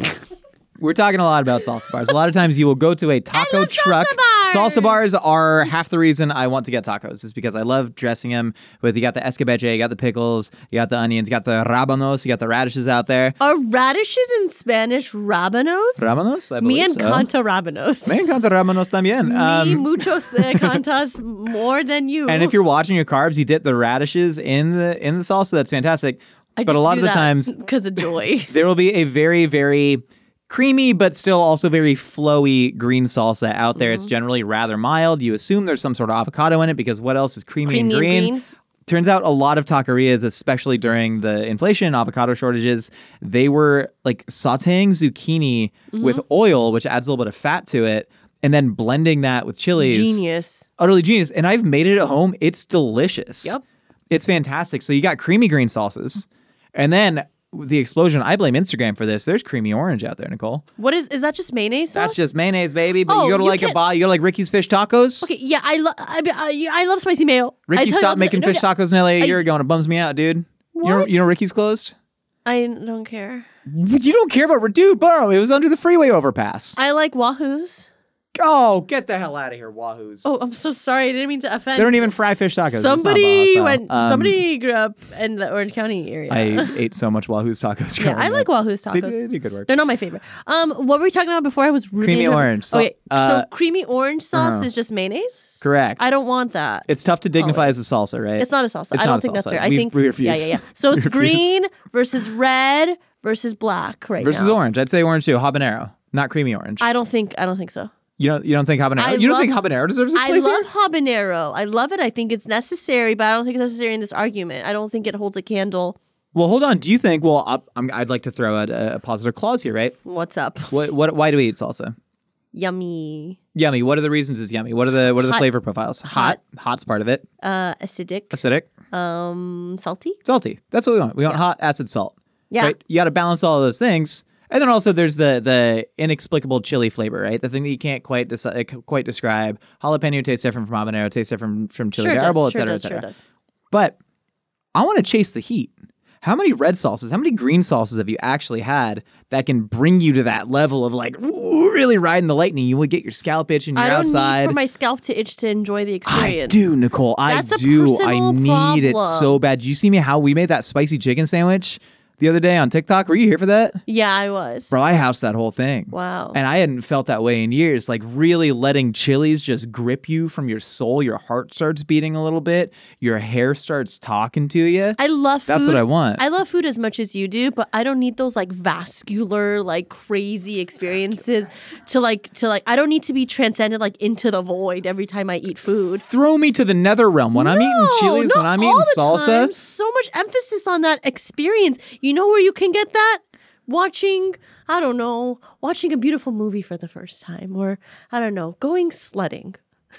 Speaker 5: we're talking a lot about salsa bars. A lot of times you will go to a taco
Speaker 4: love salsa
Speaker 5: truck.
Speaker 4: bars.
Speaker 5: Salsa bars are half the reason I want to get tacos is because I love dressing them with you got the escabeche, you got the pickles, you got the onions, you got the rabanos, you got the radishes out there.
Speaker 4: Are radishes in Spanish rabanos?
Speaker 5: Rabanos, I
Speaker 4: Me
Speaker 5: believe
Speaker 4: and
Speaker 5: so.
Speaker 4: canta rabanos.
Speaker 5: Me encanta rabanos también.
Speaker 4: Me
Speaker 5: Um,
Speaker 4: muchos eh, cantas more than you.
Speaker 5: And if you're watching your carbs, you dip the radishes in the in the salsa. That's fantastic.
Speaker 4: I
Speaker 5: but a
Speaker 4: just
Speaker 5: lot
Speaker 4: do
Speaker 5: of the
Speaker 4: that
Speaker 5: times,
Speaker 4: because of joy.
Speaker 5: there will be a very very creamy but still also very flowy green salsa out there.
Speaker 4: Mm-hmm.
Speaker 5: It's generally rather mild. You assume there's some sort of avocado in it because what else is creamy,
Speaker 4: Creamy
Speaker 5: and,
Speaker 4: and
Speaker 5: green?
Speaker 4: green.
Speaker 5: Turns out a lot of taquerias, especially during the inflation, avocado shortages, they were like sauteing zucchini
Speaker 4: Mm-hmm.
Speaker 5: with oil, which adds a little bit of fat to it, and then blending that with chilies
Speaker 4: Genius.
Speaker 5: utterly genius. And I've made it at home. It's delicious.
Speaker 4: Yep.
Speaker 5: It's fantastic. So you got creamy green sauces. And then the explosion. I blame Instagram for this. There's creamy orange out there, Nicole.
Speaker 4: What is is that? Just mayonnaise sauce?
Speaker 5: That's just mayonnaise, baby. But
Speaker 4: Oh,
Speaker 5: you go to
Speaker 4: you
Speaker 5: like a
Speaker 4: can't-
Speaker 5: bar, you go to like Ricky's Fish Tacos.
Speaker 4: Okay, yeah, I love I, I, yeah, I love spicy mayo. I
Speaker 5: Ricky
Speaker 4: tell you all
Speaker 5: stopped
Speaker 4: the-
Speaker 5: making
Speaker 4: no,
Speaker 5: fish
Speaker 4: no,
Speaker 5: tacos nearly a year ago, and it bums me out, dude. You know,
Speaker 4: What?
Speaker 5: you know Ricky's closed.
Speaker 4: I don't care.
Speaker 5: You don't care about dude, bro. It was under the freeway overpass.
Speaker 4: I like Wahoos.
Speaker 5: oh, get the hell out of here, Wahoos!
Speaker 4: Oh, I'm so sorry. I didn't mean to offend.
Speaker 5: they don't even fry fish tacos. It's not Baja,
Speaker 4: Somebody
Speaker 5: so,
Speaker 4: went.
Speaker 5: um,
Speaker 4: somebody grew up in the Orange County area.
Speaker 5: I ate so much Wahoo's tacos.
Speaker 4: yeah, I
Speaker 5: growing
Speaker 4: like
Speaker 5: up.
Speaker 4: Wahoo's
Speaker 5: They do,
Speaker 4: tacos.
Speaker 5: they do good work.
Speaker 4: They're not my favorite. Um, what were we talking about before? I was really
Speaker 5: Creamy
Speaker 4: interrupted.
Speaker 5: orange. So-
Speaker 4: okay,
Speaker 5: uh,
Speaker 4: so creamy orange sauce
Speaker 5: uh-huh.
Speaker 4: is just mayonnaise.
Speaker 5: Correct.
Speaker 4: I don't want that.
Speaker 5: It's tough to dignify as a salsa, right?
Speaker 4: It's not a
Speaker 5: It's
Speaker 4: salsa. I
Speaker 5: not
Speaker 4: don't
Speaker 5: a
Speaker 4: think that's
Speaker 5: salsa.
Speaker 4: fair. I
Speaker 5: We-
Speaker 4: think
Speaker 5: we refuse.
Speaker 4: Yeah, yeah, yeah. So
Speaker 5: We
Speaker 4: it's
Speaker 5: refuse.
Speaker 4: green versus red versus black right
Speaker 5: versus
Speaker 4: now.
Speaker 5: orange. I'd say orange too. Habanero, not creamy orange.
Speaker 4: I don't think. I don't think so.
Speaker 5: you don't. You don't think habanero?
Speaker 4: I
Speaker 5: you
Speaker 4: love-
Speaker 5: don't think habanero deserves a
Speaker 4: I
Speaker 5: place
Speaker 4: love
Speaker 5: here?
Speaker 4: habanero. I love it. I think it's necessary, but I don't think it's necessary in this argument. I don't think it holds a candle.
Speaker 5: Well, hold on. Do you think? Well, I, I'm, I'd like to throw out a, a positive clause here, right?
Speaker 4: What's up?
Speaker 5: What? What? Why do we eat salsa?
Speaker 4: Yummy.
Speaker 5: Yummy. What are the reasons it's yummy? What are the what are the
Speaker 4: Hot.
Speaker 5: flavor profiles? Hot. Hot's part of it.
Speaker 4: Uh, acidic.
Speaker 5: Acidic.
Speaker 4: Um, salty.
Speaker 5: Salty. That's what we want. We want hot acid salt.
Speaker 4: Yeah.
Speaker 5: Right? You got to balance all of those things. And then also there's the the inexplicable chili flavor, right? The thing that you can't quite deci- uh, quite describe. Jalapeno tastes different from habanero, tastes different from chili
Speaker 4: Sure
Speaker 5: de
Speaker 4: does.
Speaker 5: arbol, et
Speaker 4: sure
Speaker 5: cetera,
Speaker 4: does.
Speaker 5: et
Speaker 4: Sure
Speaker 5: cetera.
Speaker 4: does.
Speaker 5: But I want to chase the heat. How many red sauces, how many green sauces have you actually had that can bring you to that level of like ooh, really riding the lightning? You will get your scalp itch and you're
Speaker 4: I don't need
Speaker 5: outside.
Speaker 4: for my scalp to itch to enjoy the
Speaker 5: I
Speaker 4: experience.
Speaker 5: do, Nicole. I
Speaker 4: That's a
Speaker 5: do. I
Speaker 4: personal
Speaker 5: need it
Speaker 4: problem.
Speaker 5: so bad. Did you see me how we made that spicy chicken sandwich the other day on TikTok? Were you here for that?
Speaker 4: Yeah, I was.
Speaker 5: Bro, I housed that whole thing.
Speaker 4: Wow.
Speaker 5: And I hadn't felt that way in years. Like really letting chilies just grip you from your soul. Your heart starts beating a little bit. Your hair starts talking to you.
Speaker 4: I love food.
Speaker 5: That's what I want.
Speaker 4: I love food as much as you do, but I don't need those like vascular, like crazy experiences to like to like I don't need to be transcended like into the void every time I eat food.
Speaker 5: Throw me to the nether realm when I'm eating
Speaker 4: No,
Speaker 5: chilies,
Speaker 4: not
Speaker 5: when I'm
Speaker 4: all
Speaker 5: eating
Speaker 4: the
Speaker 5: salsa.
Speaker 4: time. So much emphasis on that experience. You know where you can get that? Watching, I don't know, watching a beautiful movie for the first time, or I don't know, going sledding.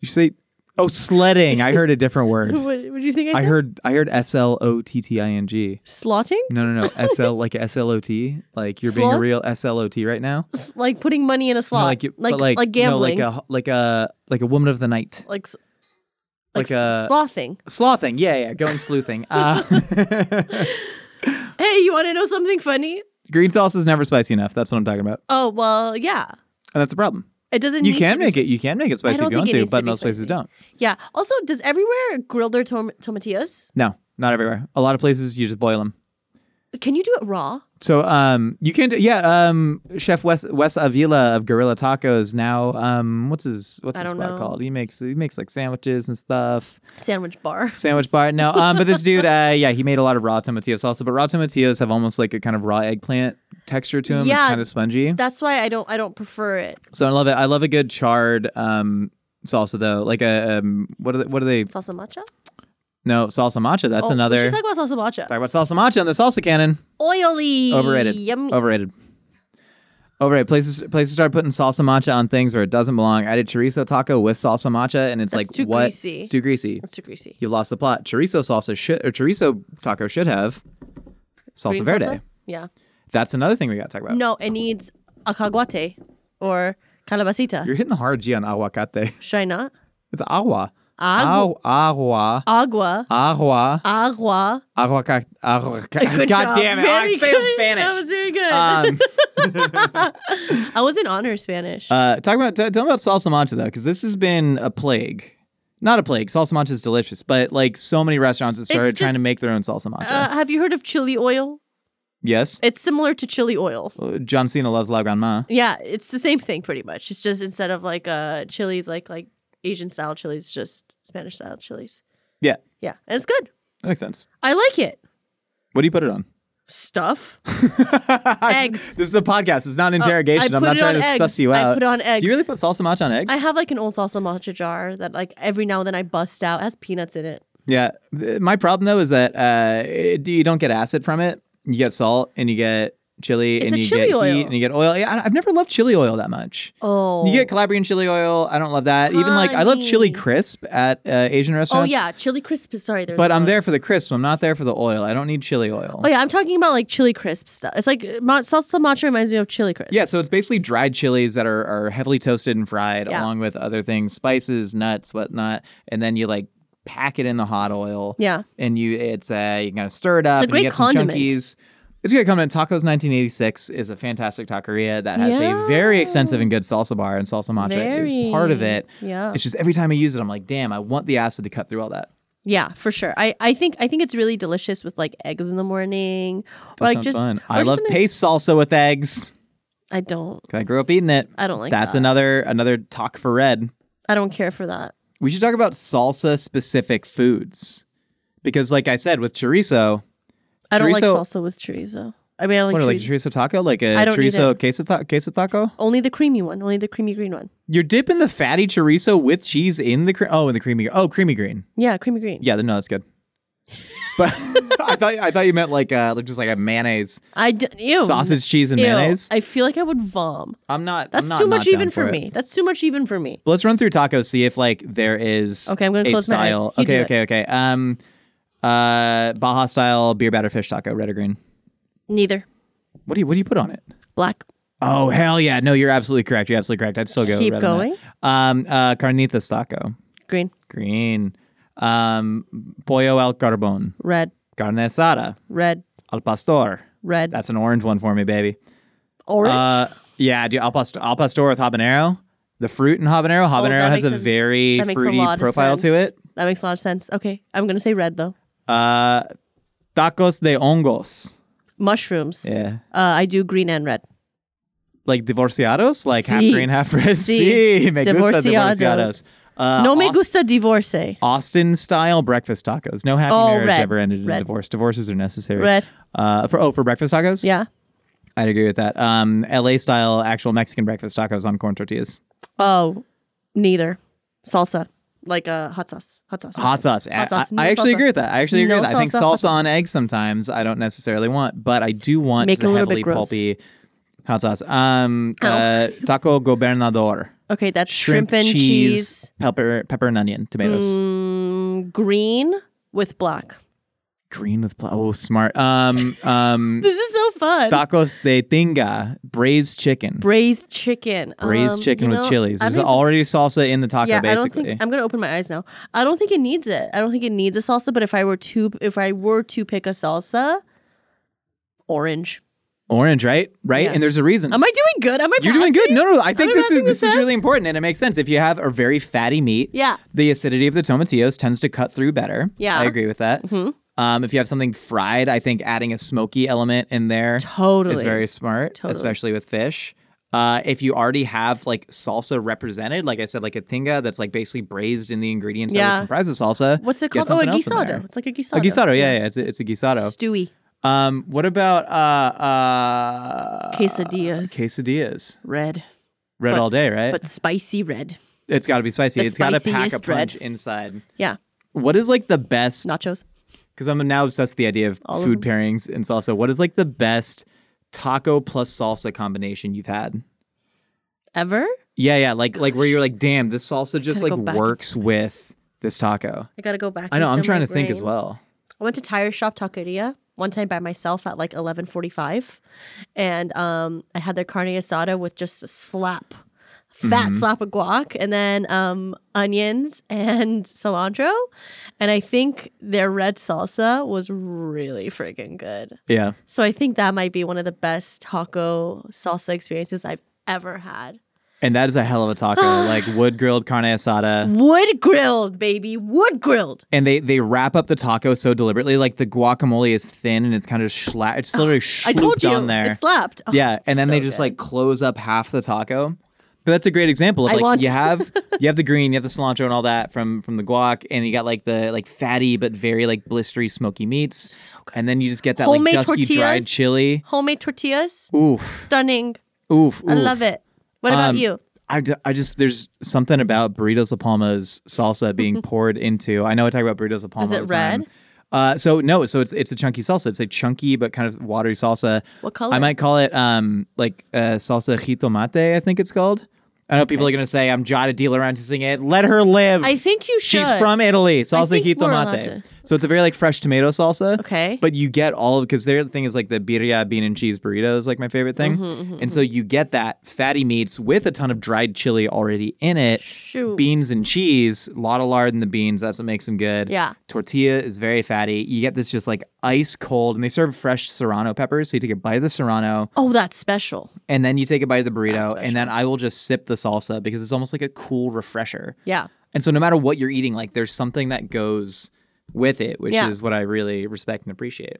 Speaker 5: You say Oh, sledding. I heard a different word.
Speaker 4: What, what do you think I,
Speaker 5: I
Speaker 4: said?
Speaker 5: heard I heard S L O T T I N G.
Speaker 4: slotting,
Speaker 5: No, no, no. SL like SLOT. Like you're being a
Speaker 4: Slot?
Speaker 5: real SLOT right now.
Speaker 4: S- like putting money in a slot,
Speaker 5: No,
Speaker 4: like,
Speaker 5: you-
Speaker 4: like,
Speaker 5: but
Speaker 4: like gambling,
Speaker 5: No, like uh, a like a like a woman of the night.
Speaker 4: like s-
Speaker 5: Like
Speaker 4: like,
Speaker 5: a-
Speaker 4: s- slothing.
Speaker 5: Slothing. Yeah, yeah. Going sleuthing. Uh,
Speaker 4: Hey, you want to know something funny?
Speaker 5: green sauce is never spicy enough. That's what I'm talking about.
Speaker 4: Oh well, yeah.
Speaker 5: And that's a problem.
Speaker 4: It doesn't.
Speaker 5: You
Speaker 4: need
Speaker 5: can
Speaker 4: to
Speaker 5: make
Speaker 4: be,
Speaker 5: it. You can make it
Speaker 4: I
Speaker 5: spicy
Speaker 4: don't
Speaker 5: if you
Speaker 4: think
Speaker 5: want
Speaker 4: it
Speaker 5: to,
Speaker 4: needs to
Speaker 5: but
Speaker 4: be
Speaker 5: most places
Speaker 4: spicy.
Speaker 5: don't.
Speaker 4: Yeah. Also, does everywhere grill their tom- tomatillas?
Speaker 5: No, not everywhere. A lot of places you just boil them.
Speaker 4: Can you do it raw?
Speaker 5: So um, you can do yeah. Um, Chef Wes Wes Avila of Gorilla Tacos now um, what's his what's
Speaker 4: I
Speaker 5: his
Speaker 4: don't
Speaker 5: spot
Speaker 4: know.
Speaker 5: called? He makes he makes like sandwiches and stuff.
Speaker 4: Sandwich bar.
Speaker 5: sandwich bar. No, um, but this dude, uh, yeah, he made a lot of raw tomatillos also. But raw tomatillos have almost like a kind of raw eggplant texture to them. It's
Speaker 4: Yeah.
Speaker 5: kind of spongy.
Speaker 4: That's why I don't. I don't prefer it.
Speaker 5: So I love it. I love a good charred um, salsa though. Like a um, what are they, what are they?
Speaker 4: Salsa matcha.
Speaker 5: No, salsa matcha. That's
Speaker 4: Oh, We
Speaker 5: another.
Speaker 4: should talk about salsa matcha.
Speaker 5: Talk about salsa matcha on the salsa cannon.
Speaker 4: Oily.
Speaker 5: Overrated.
Speaker 4: Yummy.
Speaker 5: Overrated. Overrated. Places places start putting salsa matcha on things where it doesn't belong. I did chorizo taco with salsa matcha, and it's like
Speaker 4: That's too
Speaker 5: what?
Speaker 4: greasy.
Speaker 5: It's too greasy.
Speaker 4: That's too greasy.
Speaker 5: You lost the plot. Chorizo salsa should or chorizo taco should have salsa
Speaker 4: Green
Speaker 5: verde. Oh.
Speaker 4: salsa? Yeah.
Speaker 5: That's another thing we got to talk about.
Speaker 4: No, it needs acaguate or calabacita.
Speaker 5: You're hitting a hard G on aguacate.
Speaker 4: Should I not?
Speaker 5: It's agua.
Speaker 4: Agu-
Speaker 5: Agu- agua.
Speaker 4: Agua.
Speaker 5: Agua.
Speaker 4: Agua.
Speaker 5: Aguacate. Aguacate.
Speaker 4: Good
Speaker 5: God
Speaker 4: job.
Speaker 5: damn it. Oh,
Speaker 4: Very
Speaker 5: I failed
Speaker 4: good.
Speaker 5: Spanish.
Speaker 4: That was very good.
Speaker 5: um,
Speaker 4: I was in honor Spanish.
Speaker 5: uh, talk about t- tell me about salsa mancha though, because this has been a plague. Not a plague. Salsa mancha is delicious, but like so many restaurants have started trying to
Speaker 4: just-
Speaker 5: make their own salsa mancha.
Speaker 4: Uh, have you heard of chili oil?
Speaker 5: yes.
Speaker 4: It's similar to chili oil.
Speaker 5: Uh, John Cena loves La Grandma.
Speaker 4: Yeah, it's the same thing pretty much. It's just instead of like uh chilies like like Asian style chilies, just Spanish style chilies.
Speaker 5: Yeah,
Speaker 4: Yeah, and it's good.
Speaker 5: that makes sense.
Speaker 4: I like it.
Speaker 5: What do you put it on?
Speaker 4: Stuff. Eggs. Oh,
Speaker 5: This is a podcast. It's not an interrogation.
Speaker 4: I
Speaker 5: I'm
Speaker 4: put
Speaker 5: not
Speaker 4: it
Speaker 5: trying
Speaker 4: on
Speaker 5: to
Speaker 4: eggs.
Speaker 5: suss you
Speaker 4: I
Speaker 5: out.
Speaker 4: put it on eggs.
Speaker 5: Do you really put salsa matcha on eggs?
Speaker 4: I have like an old salsa matcha jar that like every now and then I bust out. It has peanuts in it.
Speaker 5: Yeah. Th- My problem though is that uh, it- you don't get acid from it. You get salt and you get chili
Speaker 4: It's
Speaker 5: and
Speaker 4: a
Speaker 5: you
Speaker 4: chili
Speaker 5: get
Speaker 4: oil.
Speaker 5: heat and you get oil. Yeah, I- I've never loved chili oil that much.
Speaker 4: Oh.
Speaker 5: You get Calabrian chili oil. I don't love that. Even like I love chili
Speaker 4: Honey.
Speaker 5: crisp at uh, Asian
Speaker 4: oh
Speaker 5: restaurants.
Speaker 4: yeah, chili crisp. Sorry, there's
Speaker 5: But I'm
Speaker 4: another-
Speaker 5: there for the crisp. I'm not there for the oil. I don't need chili oil.
Speaker 4: Oh yeah, I'm talking about like chili crisp stuff. It's like ma- salsa matcha reminds me of chili crisp.
Speaker 5: Yeah, so it's basically dried chilies that are, are heavily toasted and fried
Speaker 4: Yeah.
Speaker 5: along with other things, spices, nuts, whatnot, and then you like pack it in the hot oil.
Speaker 4: Yeah.
Speaker 5: And you it's uh you kind of stir it up
Speaker 4: a
Speaker 5: and
Speaker 4: great
Speaker 5: you get some
Speaker 4: condiment.
Speaker 5: chunkies. It's a good comment. Tacos 1986 is a fantastic taqueria that has a very extensive and good salsa bar, and salsa matcha is part of
Speaker 4: Very.
Speaker 5: it.
Speaker 4: Yeah.
Speaker 5: It's just every time I use it, I'm like, damn, I want the acid to cut through all that.
Speaker 4: Yeah, for sure. I, I think I think it's really delicious with like eggs in the morning.
Speaker 5: That
Speaker 4: or like
Speaker 5: sounds
Speaker 4: just
Speaker 5: fun.
Speaker 4: or
Speaker 5: I
Speaker 4: just
Speaker 5: love
Speaker 4: something-
Speaker 5: paste salsa with eggs.
Speaker 4: I don't
Speaker 5: 'Cause I grew up eating it.
Speaker 4: I don't like
Speaker 5: That's
Speaker 4: that.
Speaker 5: another another talk for red.
Speaker 4: I don't care for that.
Speaker 5: We should talk about salsa specific foods. Because like I said with chorizo,
Speaker 4: I don't like
Speaker 5: Chorizo-
Speaker 4: salsa with chorizo. I mean I like,
Speaker 5: what like
Speaker 4: chorizo-
Speaker 5: chorizo taco, like a
Speaker 4: I don't need
Speaker 5: chorizo queso, ta- queso taco?
Speaker 4: only the creamy one, only the creamy green one.
Speaker 5: You're dipping the fatty chorizo with cheese in the cre- oh, in the creamy oh, creamy green.
Speaker 4: Yeah, creamy green.
Speaker 5: Yeah, no, that's good. But I thought I thought you meant like uh like just like a mayonnaise
Speaker 4: I d- ew.
Speaker 5: sausage cheese and
Speaker 4: Ew.
Speaker 5: mayonnaise.
Speaker 4: I feel like I would vom.
Speaker 5: I'm not.
Speaker 4: That's
Speaker 5: I'm not,
Speaker 4: too much
Speaker 5: not down
Speaker 4: even for,
Speaker 5: it.
Speaker 4: me. That's too much even for me.
Speaker 5: But let's run through tacos, see if like there is
Speaker 4: Okay, I'm gonna
Speaker 5: a
Speaker 4: close my eyes.
Speaker 5: style.
Speaker 4: You do
Speaker 5: Okay,
Speaker 4: it.
Speaker 5: okay, okay. Um, uh, Baja style beer batter fish taco, red or green.
Speaker 4: Neither.
Speaker 5: What do you what do you put on it?
Speaker 4: Black.
Speaker 5: Oh hell yeah! No, you're absolutely correct. You're absolutely correct. I'd still go.
Speaker 4: Keep
Speaker 5: red on
Speaker 4: going.
Speaker 5: that. Um, uh, carnitas taco,
Speaker 4: Green.
Speaker 5: green. Um, pollo al carbón,
Speaker 4: Red.
Speaker 5: carne asada,
Speaker 4: Red.
Speaker 5: al pastor.
Speaker 4: Red.
Speaker 5: That's an orange one for me, baby.
Speaker 4: orange.
Speaker 5: Uh, yeah, dude, al pastor, al pastor with habanero. The fruit in habanero. Habanero
Speaker 4: Oh, that
Speaker 5: has a
Speaker 4: makes
Speaker 5: very
Speaker 4: that makes a
Speaker 5: fruity
Speaker 4: lot of
Speaker 5: profile to
Speaker 4: sense.
Speaker 5: it.
Speaker 4: That makes a lot of sense. Okay, I'm gonna say red though.
Speaker 5: Uh, tacos de hongos.
Speaker 4: Mushrooms.
Speaker 5: Yeah.
Speaker 4: Uh, I do green and red.
Speaker 5: Like divorciados, like half
Speaker 4: Sí.
Speaker 5: green, half red.
Speaker 4: Sí.
Speaker 5: Sí, me gusta
Speaker 4: Divorciados.
Speaker 5: divorciados. Uh,
Speaker 4: no me
Speaker 5: Austin-
Speaker 4: gusta divorce.
Speaker 5: Austin style breakfast tacos. No happy
Speaker 4: Oh,
Speaker 5: marriage
Speaker 4: red.
Speaker 5: ever ended in
Speaker 4: Red.
Speaker 5: divorce. Divorces are necessary.
Speaker 4: Red.
Speaker 5: Uh, for oh, for breakfast tacos.
Speaker 4: Yeah.
Speaker 5: I'd agree with that. Um, L.A. style actual Mexican breakfast tacos on corn tortillas.
Speaker 4: Oh, neither. Salsa, like a hot sauce. Hot sauce.
Speaker 5: Hot sauce. I-
Speaker 4: sauce,
Speaker 5: I,
Speaker 4: no
Speaker 5: I actually
Speaker 4: salsa.
Speaker 5: agree with that. I actually agree
Speaker 4: No
Speaker 5: with that. I think
Speaker 4: salsa, hot
Speaker 5: salsa on eggs sometimes I don't necessarily want, but I do want
Speaker 4: Make it
Speaker 5: a
Speaker 4: a little
Speaker 5: heavily
Speaker 4: bit gross.
Speaker 5: pulpy hot sauce. Um, uh, taco gobernador.
Speaker 4: Okay, that's
Speaker 5: Shrimp,
Speaker 4: shrimp, and cheese.
Speaker 5: pepper, pepper and onion, tomatoes.
Speaker 4: Mm, green with black.
Speaker 5: Green with pla- oh, smart. Um, um,
Speaker 4: This is so fun.
Speaker 5: tacos de tinga, braised chicken.
Speaker 4: braised chicken.
Speaker 5: braised
Speaker 4: Um,
Speaker 5: chicken
Speaker 4: you
Speaker 5: with
Speaker 4: know,
Speaker 5: chilies.
Speaker 4: I
Speaker 5: There's
Speaker 4: don't even-
Speaker 5: already salsa in the taco,
Speaker 4: yeah, I don't
Speaker 5: basically.
Speaker 4: think I'm gonna open my eyes now. I don't think it needs it. I don't think it needs a salsa. But if I were to, if I were to pick a salsa, orange.
Speaker 5: Orange, right? Right?
Speaker 4: Yeah.
Speaker 5: And there's a reason.
Speaker 4: Am I doing good? Am I?
Speaker 5: You're doing good.
Speaker 4: passing?
Speaker 5: No, no, I think
Speaker 4: I
Speaker 5: this is
Speaker 4: passing
Speaker 5: this
Speaker 4: the
Speaker 5: is
Speaker 4: test?
Speaker 5: really important, and it makes sense. If you have a very fatty meat,
Speaker 4: Yeah.
Speaker 5: the acidity of the tomatillos tends to cut through better.
Speaker 4: Yeah. Mm-hmm.
Speaker 5: I agree with that. Um, if you have something fried, I think adding a smoky element in there is
Speaker 4: Totally.
Speaker 5: very smart, especially with fish. Uh, if you already have like salsa represented, like I said, like a tinga that's like basically braised in the ingredients that
Speaker 4: Yeah.
Speaker 5: would comprise the salsa.
Speaker 4: What's it
Speaker 5: get
Speaker 4: called? Oh, a
Speaker 5: something else in there.
Speaker 4: guisado. It's like a guisado.
Speaker 5: A guisado, yeah, yeah, it's a, it's a guisado.
Speaker 4: Stewy
Speaker 5: Um, what about uh, uh,
Speaker 4: quesadillas.
Speaker 5: quesadillas?
Speaker 4: red,
Speaker 5: Red all day, right?
Speaker 4: but spicy red.
Speaker 5: It's got to be spicy.
Speaker 4: The
Speaker 5: It's got to pack a
Speaker 4: spiciest bread.
Speaker 5: punch inside.
Speaker 4: Yeah,
Speaker 5: What is like the best?
Speaker 4: nachos.
Speaker 5: Because I'm now obsessed with the idea of
Speaker 4: of
Speaker 5: food pairings and salsa. What is like the best taco plus salsa combination you've had?
Speaker 4: Ever?
Speaker 5: Yeah, yeah. Like like where you're like, damn, this salsa just
Speaker 4: Gotta
Speaker 5: like
Speaker 4: go back.
Speaker 5: works with this taco.
Speaker 4: I gotta go back.
Speaker 5: I know.
Speaker 4: into
Speaker 5: I'm
Speaker 4: my
Speaker 5: trying to think
Speaker 4: brain.
Speaker 5: as well.
Speaker 4: I went to Tire Shop Taqueria one time by myself at like 11:45 and um I had their carne asada with just a slap fat
Speaker 5: Mm-hmm.
Speaker 4: slap of guac and then um onions and cilantro and I think their red salsa was really freaking good.
Speaker 5: Yeah.
Speaker 4: So I think that might be one of the best taco salsa experiences I've ever had.
Speaker 5: And that is a hell of a taco. like wood grilled carne asada.
Speaker 4: Wood grilled, baby. Wood grilled.
Speaker 5: and they they wrap up the taco so deliberately. Like the guacamole is thin and it's kind of schla- it's literally
Speaker 4: I
Speaker 5: slooped
Speaker 4: told you
Speaker 5: on there.
Speaker 4: it slapped. Oh,
Speaker 5: yeah, and then
Speaker 4: so
Speaker 5: they just
Speaker 4: good.
Speaker 5: like close up half the taco. But that's a great example of
Speaker 4: I
Speaker 5: like
Speaker 4: want-
Speaker 5: you have you have the green, you have the cilantro and all that from from the guac, and you got like the like fatty but very like blistery smoky meats, and then you just get that
Speaker 4: Homemade
Speaker 5: like dusky dried
Speaker 4: tortillas.
Speaker 5: chili.
Speaker 4: homemade tortillas.
Speaker 5: Oof,
Speaker 4: stunning.
Speaker 5: oof, Um,
Speaker 4: I love it. What about you?
Speaker 5: I, d- I just there's something about burritos la palma's salsa being poured into. I know I talk about burritos la palma.
Speaker 4: it
Speaker 5: all the time.
Speaker 4: red?
Speaker 5: Uh, so no, so it's it's a chunky salsa. It's a chunky but kind of watery salsa.
Speaker 4: What color?
Speaker 5: I might call it um like uh, salsa jitomate. I think it's called. I know people are gonna say I'm Jada De Laurentiis it. Let her live.
Speaker 4: I think you should.
Speaker 5: She's from Italy. Salsa
Speaker 4: think we're allowed
Speaker 5: jitomate.
Speaker 4: to.
Speaker 5: So it's a very like fresh tomato salsa.
Speaker 4: Okay.
Speaker 5: But you get all of because their thing is like the birria bean and cheese burrito is like my favorite thing.
Speaker 4: Mm-hmm,
Speaker 5: and so you get that fatty meats with a ton of dried chili already in it.
Speaker 4: Shoot.
Speaker 5: Beans and cheese, a lot of lard in the beans. That's what makes them good.
Speaker 4: Yeah.
Speaker 5: Tortilla is very fatty. You get this just like ice cold, and they serve fresh serrano peppers. So you take a bite of the serrano,
Speaker 4: oh, that's special.
Speaker 5: and then you take a bite of the burrito,
Speaker 4: special.
Speaker 5: and then I will just sip the salsa because it's almost like a cool refresher.
Speaker 4: Yeah.
Speaker 5: And so no matter what you're eating, like there's something that goes with it, which
Speaker 4: Yeah.
Speaker 5: is what I really respect and appreciate.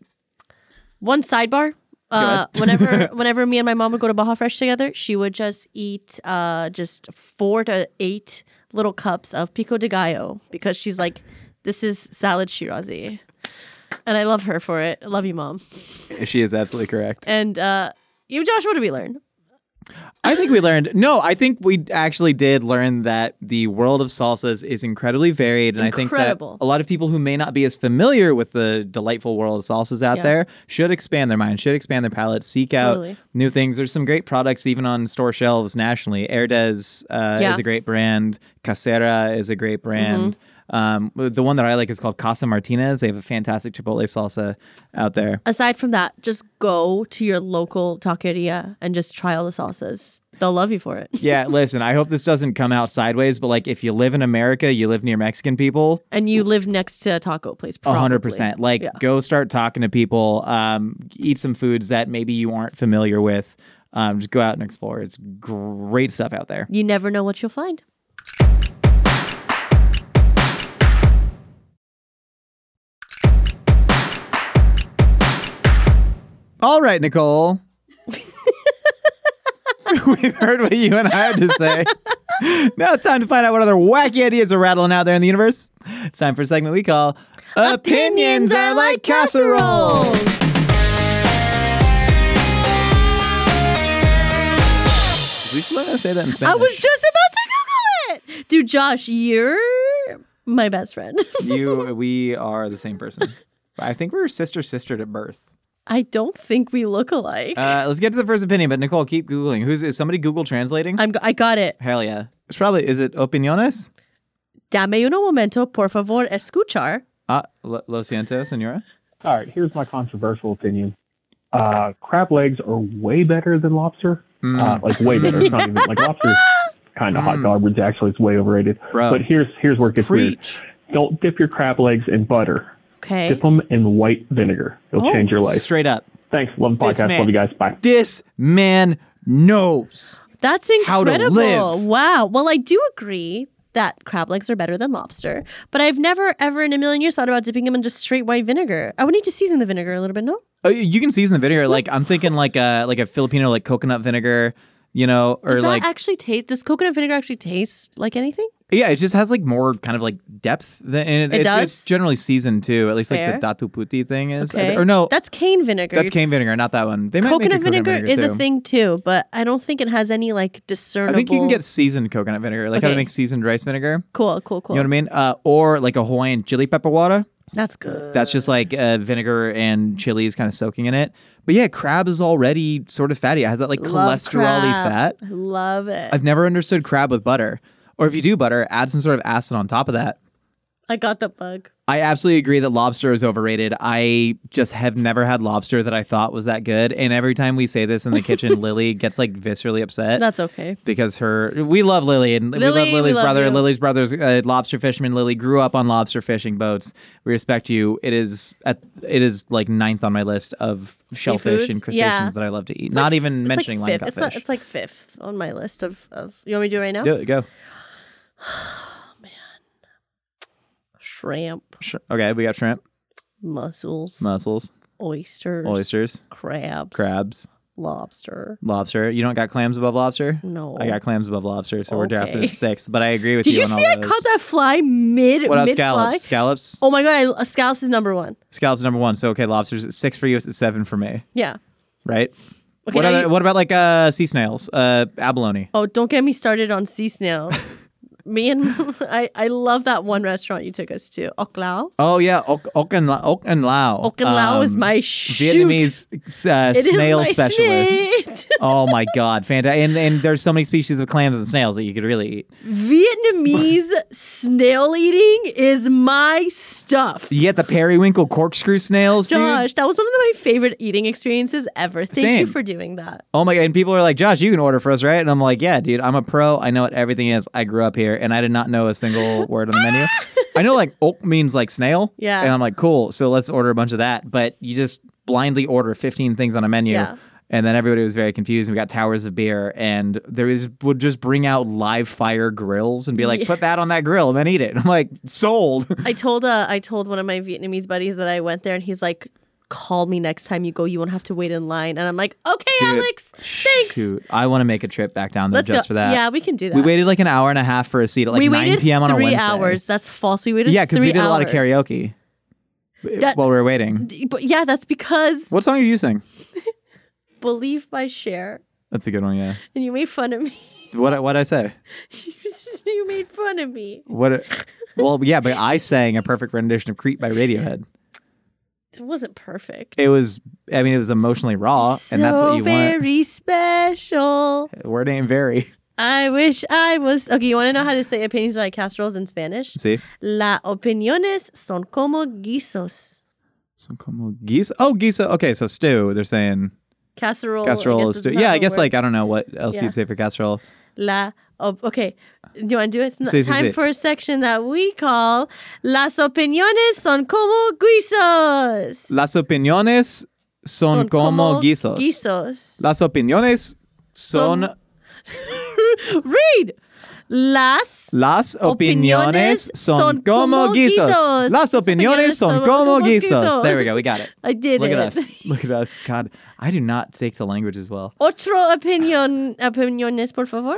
Speaker 4: One sidebar. Uh, whenever, whenever me and my mom would go to Baja Fresh together, she would just eat uh, just four to eight little cups of pico de gallo because she's like, this is salad shirazi, and I love her for it. I love you, mom.
Speaker 5: She is absolutely correct.
Speaker 4: And uh, you, Josh, what did we learn?
Speaker 5: I think we learned. No, I think we actually did learn that the world of salsas is incredibly varied, and I
Speaker 4: Incredible.
Speaker 5: think that a lot of people who may not be as familiar with the delightful world of salsas out
Speaker 4: Yeah.
Speaker 5: there should expand their minds, should expand their palates, seek out
Speaker 4: Totally.
Speaker 5: new things. There's some great products even on store shelves nationally. Herdez uh,
Speaker 4: Yeah. Mm-hmm.
Speaker 5: is a great brand. Casera is a great brand. Um, the one that I like is called Casa Martinez. They have a fantastic chipotle salsa out there.
Speaker 4: Aside from that, just go to your local taqueria and just try all the salsas. They'll love you for it.
Speaker 5: Yeah, listen, I hope this doesn't come out sideways, but like if you live in America, you live near Mexican people,
Speaker 4: And you live next to a taco place,
Speaker 5: a
Speaker 4: probably.
Speaker 5: 100%. Like
Speaker 4: Yeah.
Speaker 5: go start talking to people, um, eat some foods that maybe you aren't familiar with. Um, just go out and explore. It's great stuff out there.
Speaker 4: You never know what you'll find.
Speaker 5: All right, Nicole. We've heard what you and I had to say. Now it's time to find out what other wacky ideas are rattling out there in the universe. It's time for a segment we call Opinions Are Like Casseroles. We should learn how to say that in Spanish.
Speaker 4: I was just about to Google it. Dude, Josh, you're my best friend.
Speaker 5: you we are the same person i think we were sister sistered at birth
Speaker 4: I don't think we look alike.
Speaker 5: uh, let's get to the first opinion but nicole keep googling who's is somebody google translating
Speaker 4: I'm, go- I got it.
Speaker 5: hell yeah it's probably is it opiniones
Speaker 4: Dame uno momento, por favor, escuchar.
Speaker 5: ah lo, lo siento senora
Speaker 2: All right, here's my controversial opinion. Uh, crab legs are way better than lobster.
Speaker 5: Hmm.
Speaker 2: Uh, like way better. It's not even like lobster's kind of hot garbage. Actually, it's way overrated.
Speaker 5: Bro.
Speaker 2: But here's here's where it gets
Speaker 5: preach
Speaker 2: weird. Don't dip your crab legs in butter.
Speaker 4: Okay.
Speaker 2: Dip them in white vinegar. It'll change your life.
Speaker 5: straight up
Speaker 2: Thanks. Love the
Speaker 5: Oh, This
Speaker 2: podcast.
Speaker 5: man-
Speaker 2: Love you guys. Bye.
Speaker 5: this man knows
Speaker 4: That's
Speaker 5: How to
Speaker 4: incredible.
Speaker 5: live.
Speaker 4: Wow. Well, I do agree that crab legs are better than lobster, but I've never ever in a million years thought about dipping them in just straight white vinegar. I would need to season the vinegar a little bit, no?
Speaker 5: oh, you- you can season the vinegar like i'm thinking like a like a filipino like coconut vinegar you know or
Speaker 4: Does that
Speaker 5: like
Speaker 4: actually taste? Does coconut vinegar actually taste like anything?
Speaker 5: yeah it just has like more kind of like depth than and
Speaker 4: It
Speaker 5: it's,
Speaker 4: does?
Speaker 5: it's generally seasoned too at least
Speaker 4: Fair.
Speaker 5: like the datu puti thing is I-
Speaker 4: Okay.
Speaker 5: or no
Speaker 4: that's cane vinegar.
Speaker 5: That's
Speaker 4: You're
Speaker 5: cane vinegar, not that one. They might
Speaker 4: coconut
Speaker 5: make a
Speaker 4: vinegar, is
Speaker 5: too.
Speaker 4: a thing too, but I don't think it has any like
Speaker 5: I
Speaker 4: discernible.
Speaker 5: think you can get seasoned coconut vinegar, like how
Speaker 4: Okay.
Speaker 5: they make seasoned rice vinegar.
Speaker 4: cool, cool, cool.
Speaker 5: You know what I mean? Uh, or like a Hawaiian chili pepper water.
Speaker 4: That's good.
Speaker 5: That's just like uh, vinegar and chili is kind of soaking in it. But yeah, crab is already sort of fatty. It has that like
Speaker 4: Love
Speaker 5: cholesterol y
Speaker 4: crab.
Speaker 5: fat.
Speaker 4: I love it.
Speaker 5: I've never understood crab with butter. Or if you do butter, add some sort of acid on top of that.
Speaker 4: I got the bug.
Speaker 5: I absolutely agree that lobster is overrated. I just have never had lobster that I thought was that good. And every time we say this in the kitchen, Lily gets like viscerally upset.
Speaker 4: That's okay.
Speaker 5: because her we love Lily and we
Speaker 4: Lily,
Speaker 5: love
Speaker 4: we
Speaker 5: Lily's
Speaker 4: love
Speaker 5: brother.
Speaker 4: you.
Speaker 5: Lily's brother's uh, lobster fisherman. Lily grew up on lobster fishing boats. We respect you. It is at it is like ninth on my list of shellfish
Speaker 4: Seafoods?
Speaker 5: and crustaceans
Speaker 4: Yeah.
Speaker 5: that I love to eat.
Speaker 4: It's
Speaker 5: Not
Speaker 4: like-
Speaker 5: even
Speaker 4: it's
Speaker 5: mentioning
Speaker 4: like
Speaker 5: line
Speaker 4: fifth. It's,
Speaker 5: cutfish.
Speaker 4: like- it's like fifth on my list of of. You want me to do it right now?
Speaker 5: Do it. Go.
Speaker 4: Shrimp,
Speaker 5: Sh- Okay, we got shrimp,
Speaker 4: mussels,
Speaker 5: mussels,
Speaker 4: oysters,
Speaker 5: oysters,
Speaker 4: crabs,
Speaker 5: crabs,
Speaker 4: lobster.
Speaker 5: lobster. You don't got clams above lobster.
Speaker 4: No.
Speaker 5: I got clams above lobster, so we're down
Speaker 4: Okay.
Speaker 5: to sixth. But I agree with
Speaker 4: Did
Speaker 5: you.
Speaker 4: you
Speaker 5: on
Speaker 4: see
Speaker 5: all
Speaker 4: I
Speaker 5: those.
Speaker 4: caught that fly mid
Speaker 5: What else?
Speaker 4: mid
Speaker 5: Scallops.
Speaker 4: fly?
Speaker 5: Scallops.
Speaker 4: Oh my god! I, scallops is number one.
Speaker 5: Scallops number one. So okay, lobsters at six for you. It's at seven for me.
Speaker 4: Yeah.
Speaker 5: Right.
Speaker 4: Okay,
Speaker 5: what,
Speaker 4: now
Speaker 5: other,
Speaker 4: you-
Speaker 5: what about like uh, sea snails, uh, abalone?
Speaker 4: Oh, don't get me started on sea snails. Me and I, I love that one restaurant you took us to, Ok Lao.
Speaker 5: Oh yeah, ok, ok and la- ok and lao.
Speaker 4: Ok Lao is
Speaker 5: Um,
Speaker 4: my shoot.
Speaker 5: Vietnamese uh,
Speaker 4: It is
Speaker 5: snail
Speaker 4: my
Speaker 5: specialist.
Speaker 4: shit.
Speaker 5: oh my god, fantastic! And, and there's so many species of clams and snails that you could really eat.
Speaker 4: Vietnamese snail eating is my stuff.
Speaker 5: You get the periwinkle corkscrew snails, dude.
Speaker 4: Josh, that was one of my favorite eating experiences ever. Thank you
Speaker 5: Same.
Speaker 4: for doing that.
Speaker 5: Oh my god! And people are like, Josh, you can order for us, right? And I'm like, Yeah, dude, I'm a pro. I know what everything is. I grew up here, and I did not know a single word on the menu. I know like oak means like snail.
Speaker 4: Yeah.
Speaker 5: And I'm like, cool. So let's order a bunch of that. But you just blindly order 15 things on a menu.
Speaker 4: Yeah.
Speaker 5: And then everybody was very confused. And we got towers of beer, and there is would just bring out live fire grills and be like,
Speaker 4: Yeah.
Speaker 5: put that on that grill and then eat it. And I'm like, sold.
Speaker 4: I told uh, I told one of my Vietnamese buddies that I went there, and he's like, "Call me next time you go. You won't have to wait in line." And I'm like, "Okay,
Speaker 5: Dude,
Speaker 4: Alex, thanks.
Speaker 5: Shoot, I want to make a trip back down there
Speaker 4: Let's
Speaker 5: just
Speaker 4: go."
Speaker 5: for that.
Speaker 4: Yeah, we can do that.
Speaker 5: We waited like an hour and a half for a seat at like
Speaker 4: We
Speaker 5: 9
Speaker 4: waited
Speaker 5: p.m. on a
Speaker 4: three
Speaker 5: Wednesday.
Speaker 4: hours. That's false. We waited.
Speaker 5: Yeah, because
Speaker 4: because
Speaker 5: we did a lot of karaoke
Speaker 4: That-
Speaker 5: while we were waiting.
Speaker 4: But yeah, that's because
Speaker 5: What song are you sing?
Speaker 4: believe by share,
Speaker 5: That's a good one. Yeah.
Speaker 4: and you made fun of me.
Speaker 5: What what I say?
Speaker 4: you made fun of me.
Speaker 5: What? Well, yeah, but I sang a perfect rendition of "Creep" by Radiohead.
Speaker 4: It wasn't perfect.
Speaker 5: It was, I mean, it was emotionally raw, and that's what
Speaker 4: so
Speaker 5: you want.
Speaker 4: very special.
Speaker 5: Word ain't very.
Speaker 4: I wish I was. Okay, you want to know how to say opinions like casseroles in Spanish?
Speaker 5: See,
Speaker 4: La opiniones son como guisos.
Speaker 5: so como geese. Oh, geese. Okay, so stew. They're saying
Speaker 4: Casserole. Oh, I
Speaker 5: casserole
Speaker 4: guess
Speaker 5: is
Speaker 4: is
Speaker 5: stew.
Speaker 4: not
Speaker 5: Yeah, I
Speaker 4: a
Speaker 5: guess
Speaker 4: word.
Speaker 5: like I don't know what else
Speaker 4: Yeah.
Speaker 5: you'd say for casserole.
Speaker 4: La. op- okay. Do you want to do it? It's not
Speaker 5: Sí, sí,
Speaker 4: time
Speaker 5: sí.
Speaker 4: for a section that we call Las opiniones son como guisos.
Speaker 5: Las opiniones son,
Speaker 4: Son
Speaker 5: como, guisos.
Speaker 4: Guisos.
Speaker 5: Las opiniones son.
Speaker 4: Son- Read. Las
Speaker 5: Las
Speaker 4: Opiniones
Speaker 5: opiniones son
Speaker 4: son como
Speaker 5: como
Speaker 4: guisos.
Speaker 5: guisos. Las opiniones son como guisos. There we
Speaker 4: guisos.
Speaker 5: go. We got it.
Speaker 4: I did
Speaker 5: Look
Speaker 4: it.
Speaker 5: at us. Look at us. God, I do not take the language as well.
Speaker 4: Otro opinion opiniones, por favor.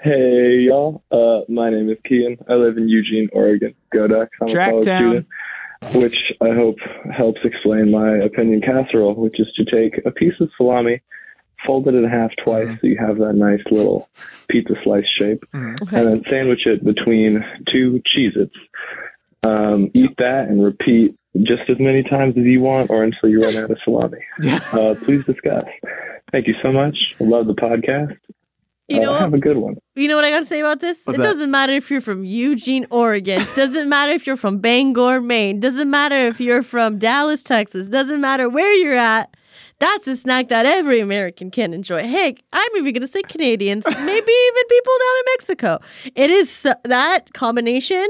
Speaker 6: Hey y'all, uh, my name is Kean. I live in Eugene, Oregon. Go Ducks! I'm
Speaker 5: Track
Speaker 6: a college
Speaker 5: town.
Speaker 6: student, which I hope helps explain my opinion casserole, which is to take a piece of salami, fold it in half twice,
Speaker 4: Mm-hmm.
Speaker 6: so you have that nice little pizza slice shape, and then sandwich it between two Cheez-Its. Um, eat that and repeat just as many times as you want, or until you run out of salami. uh, please discuss. Thank you so much. I love the podcast.
Speaker 4: You
Speaker 6: Uh,
Speaker 4: know
Speaker 6: have a good one.
Speaker 4: You know what I got to say about this?
Speaker 5: What's
Speaker 4: it
Speaker 5: that?
Speaker 4: doesn't matter if you're from Eugene, Oregon. doesn't matter if you're from Bangor, Maine. Doesn't matter if you're from Dallas, Texas. Doesn't matter where you're at. That's a snack that every American can enjoy. Heck, I'm even going to say Canadians, maybe even people down in Mexico. It is so, that combination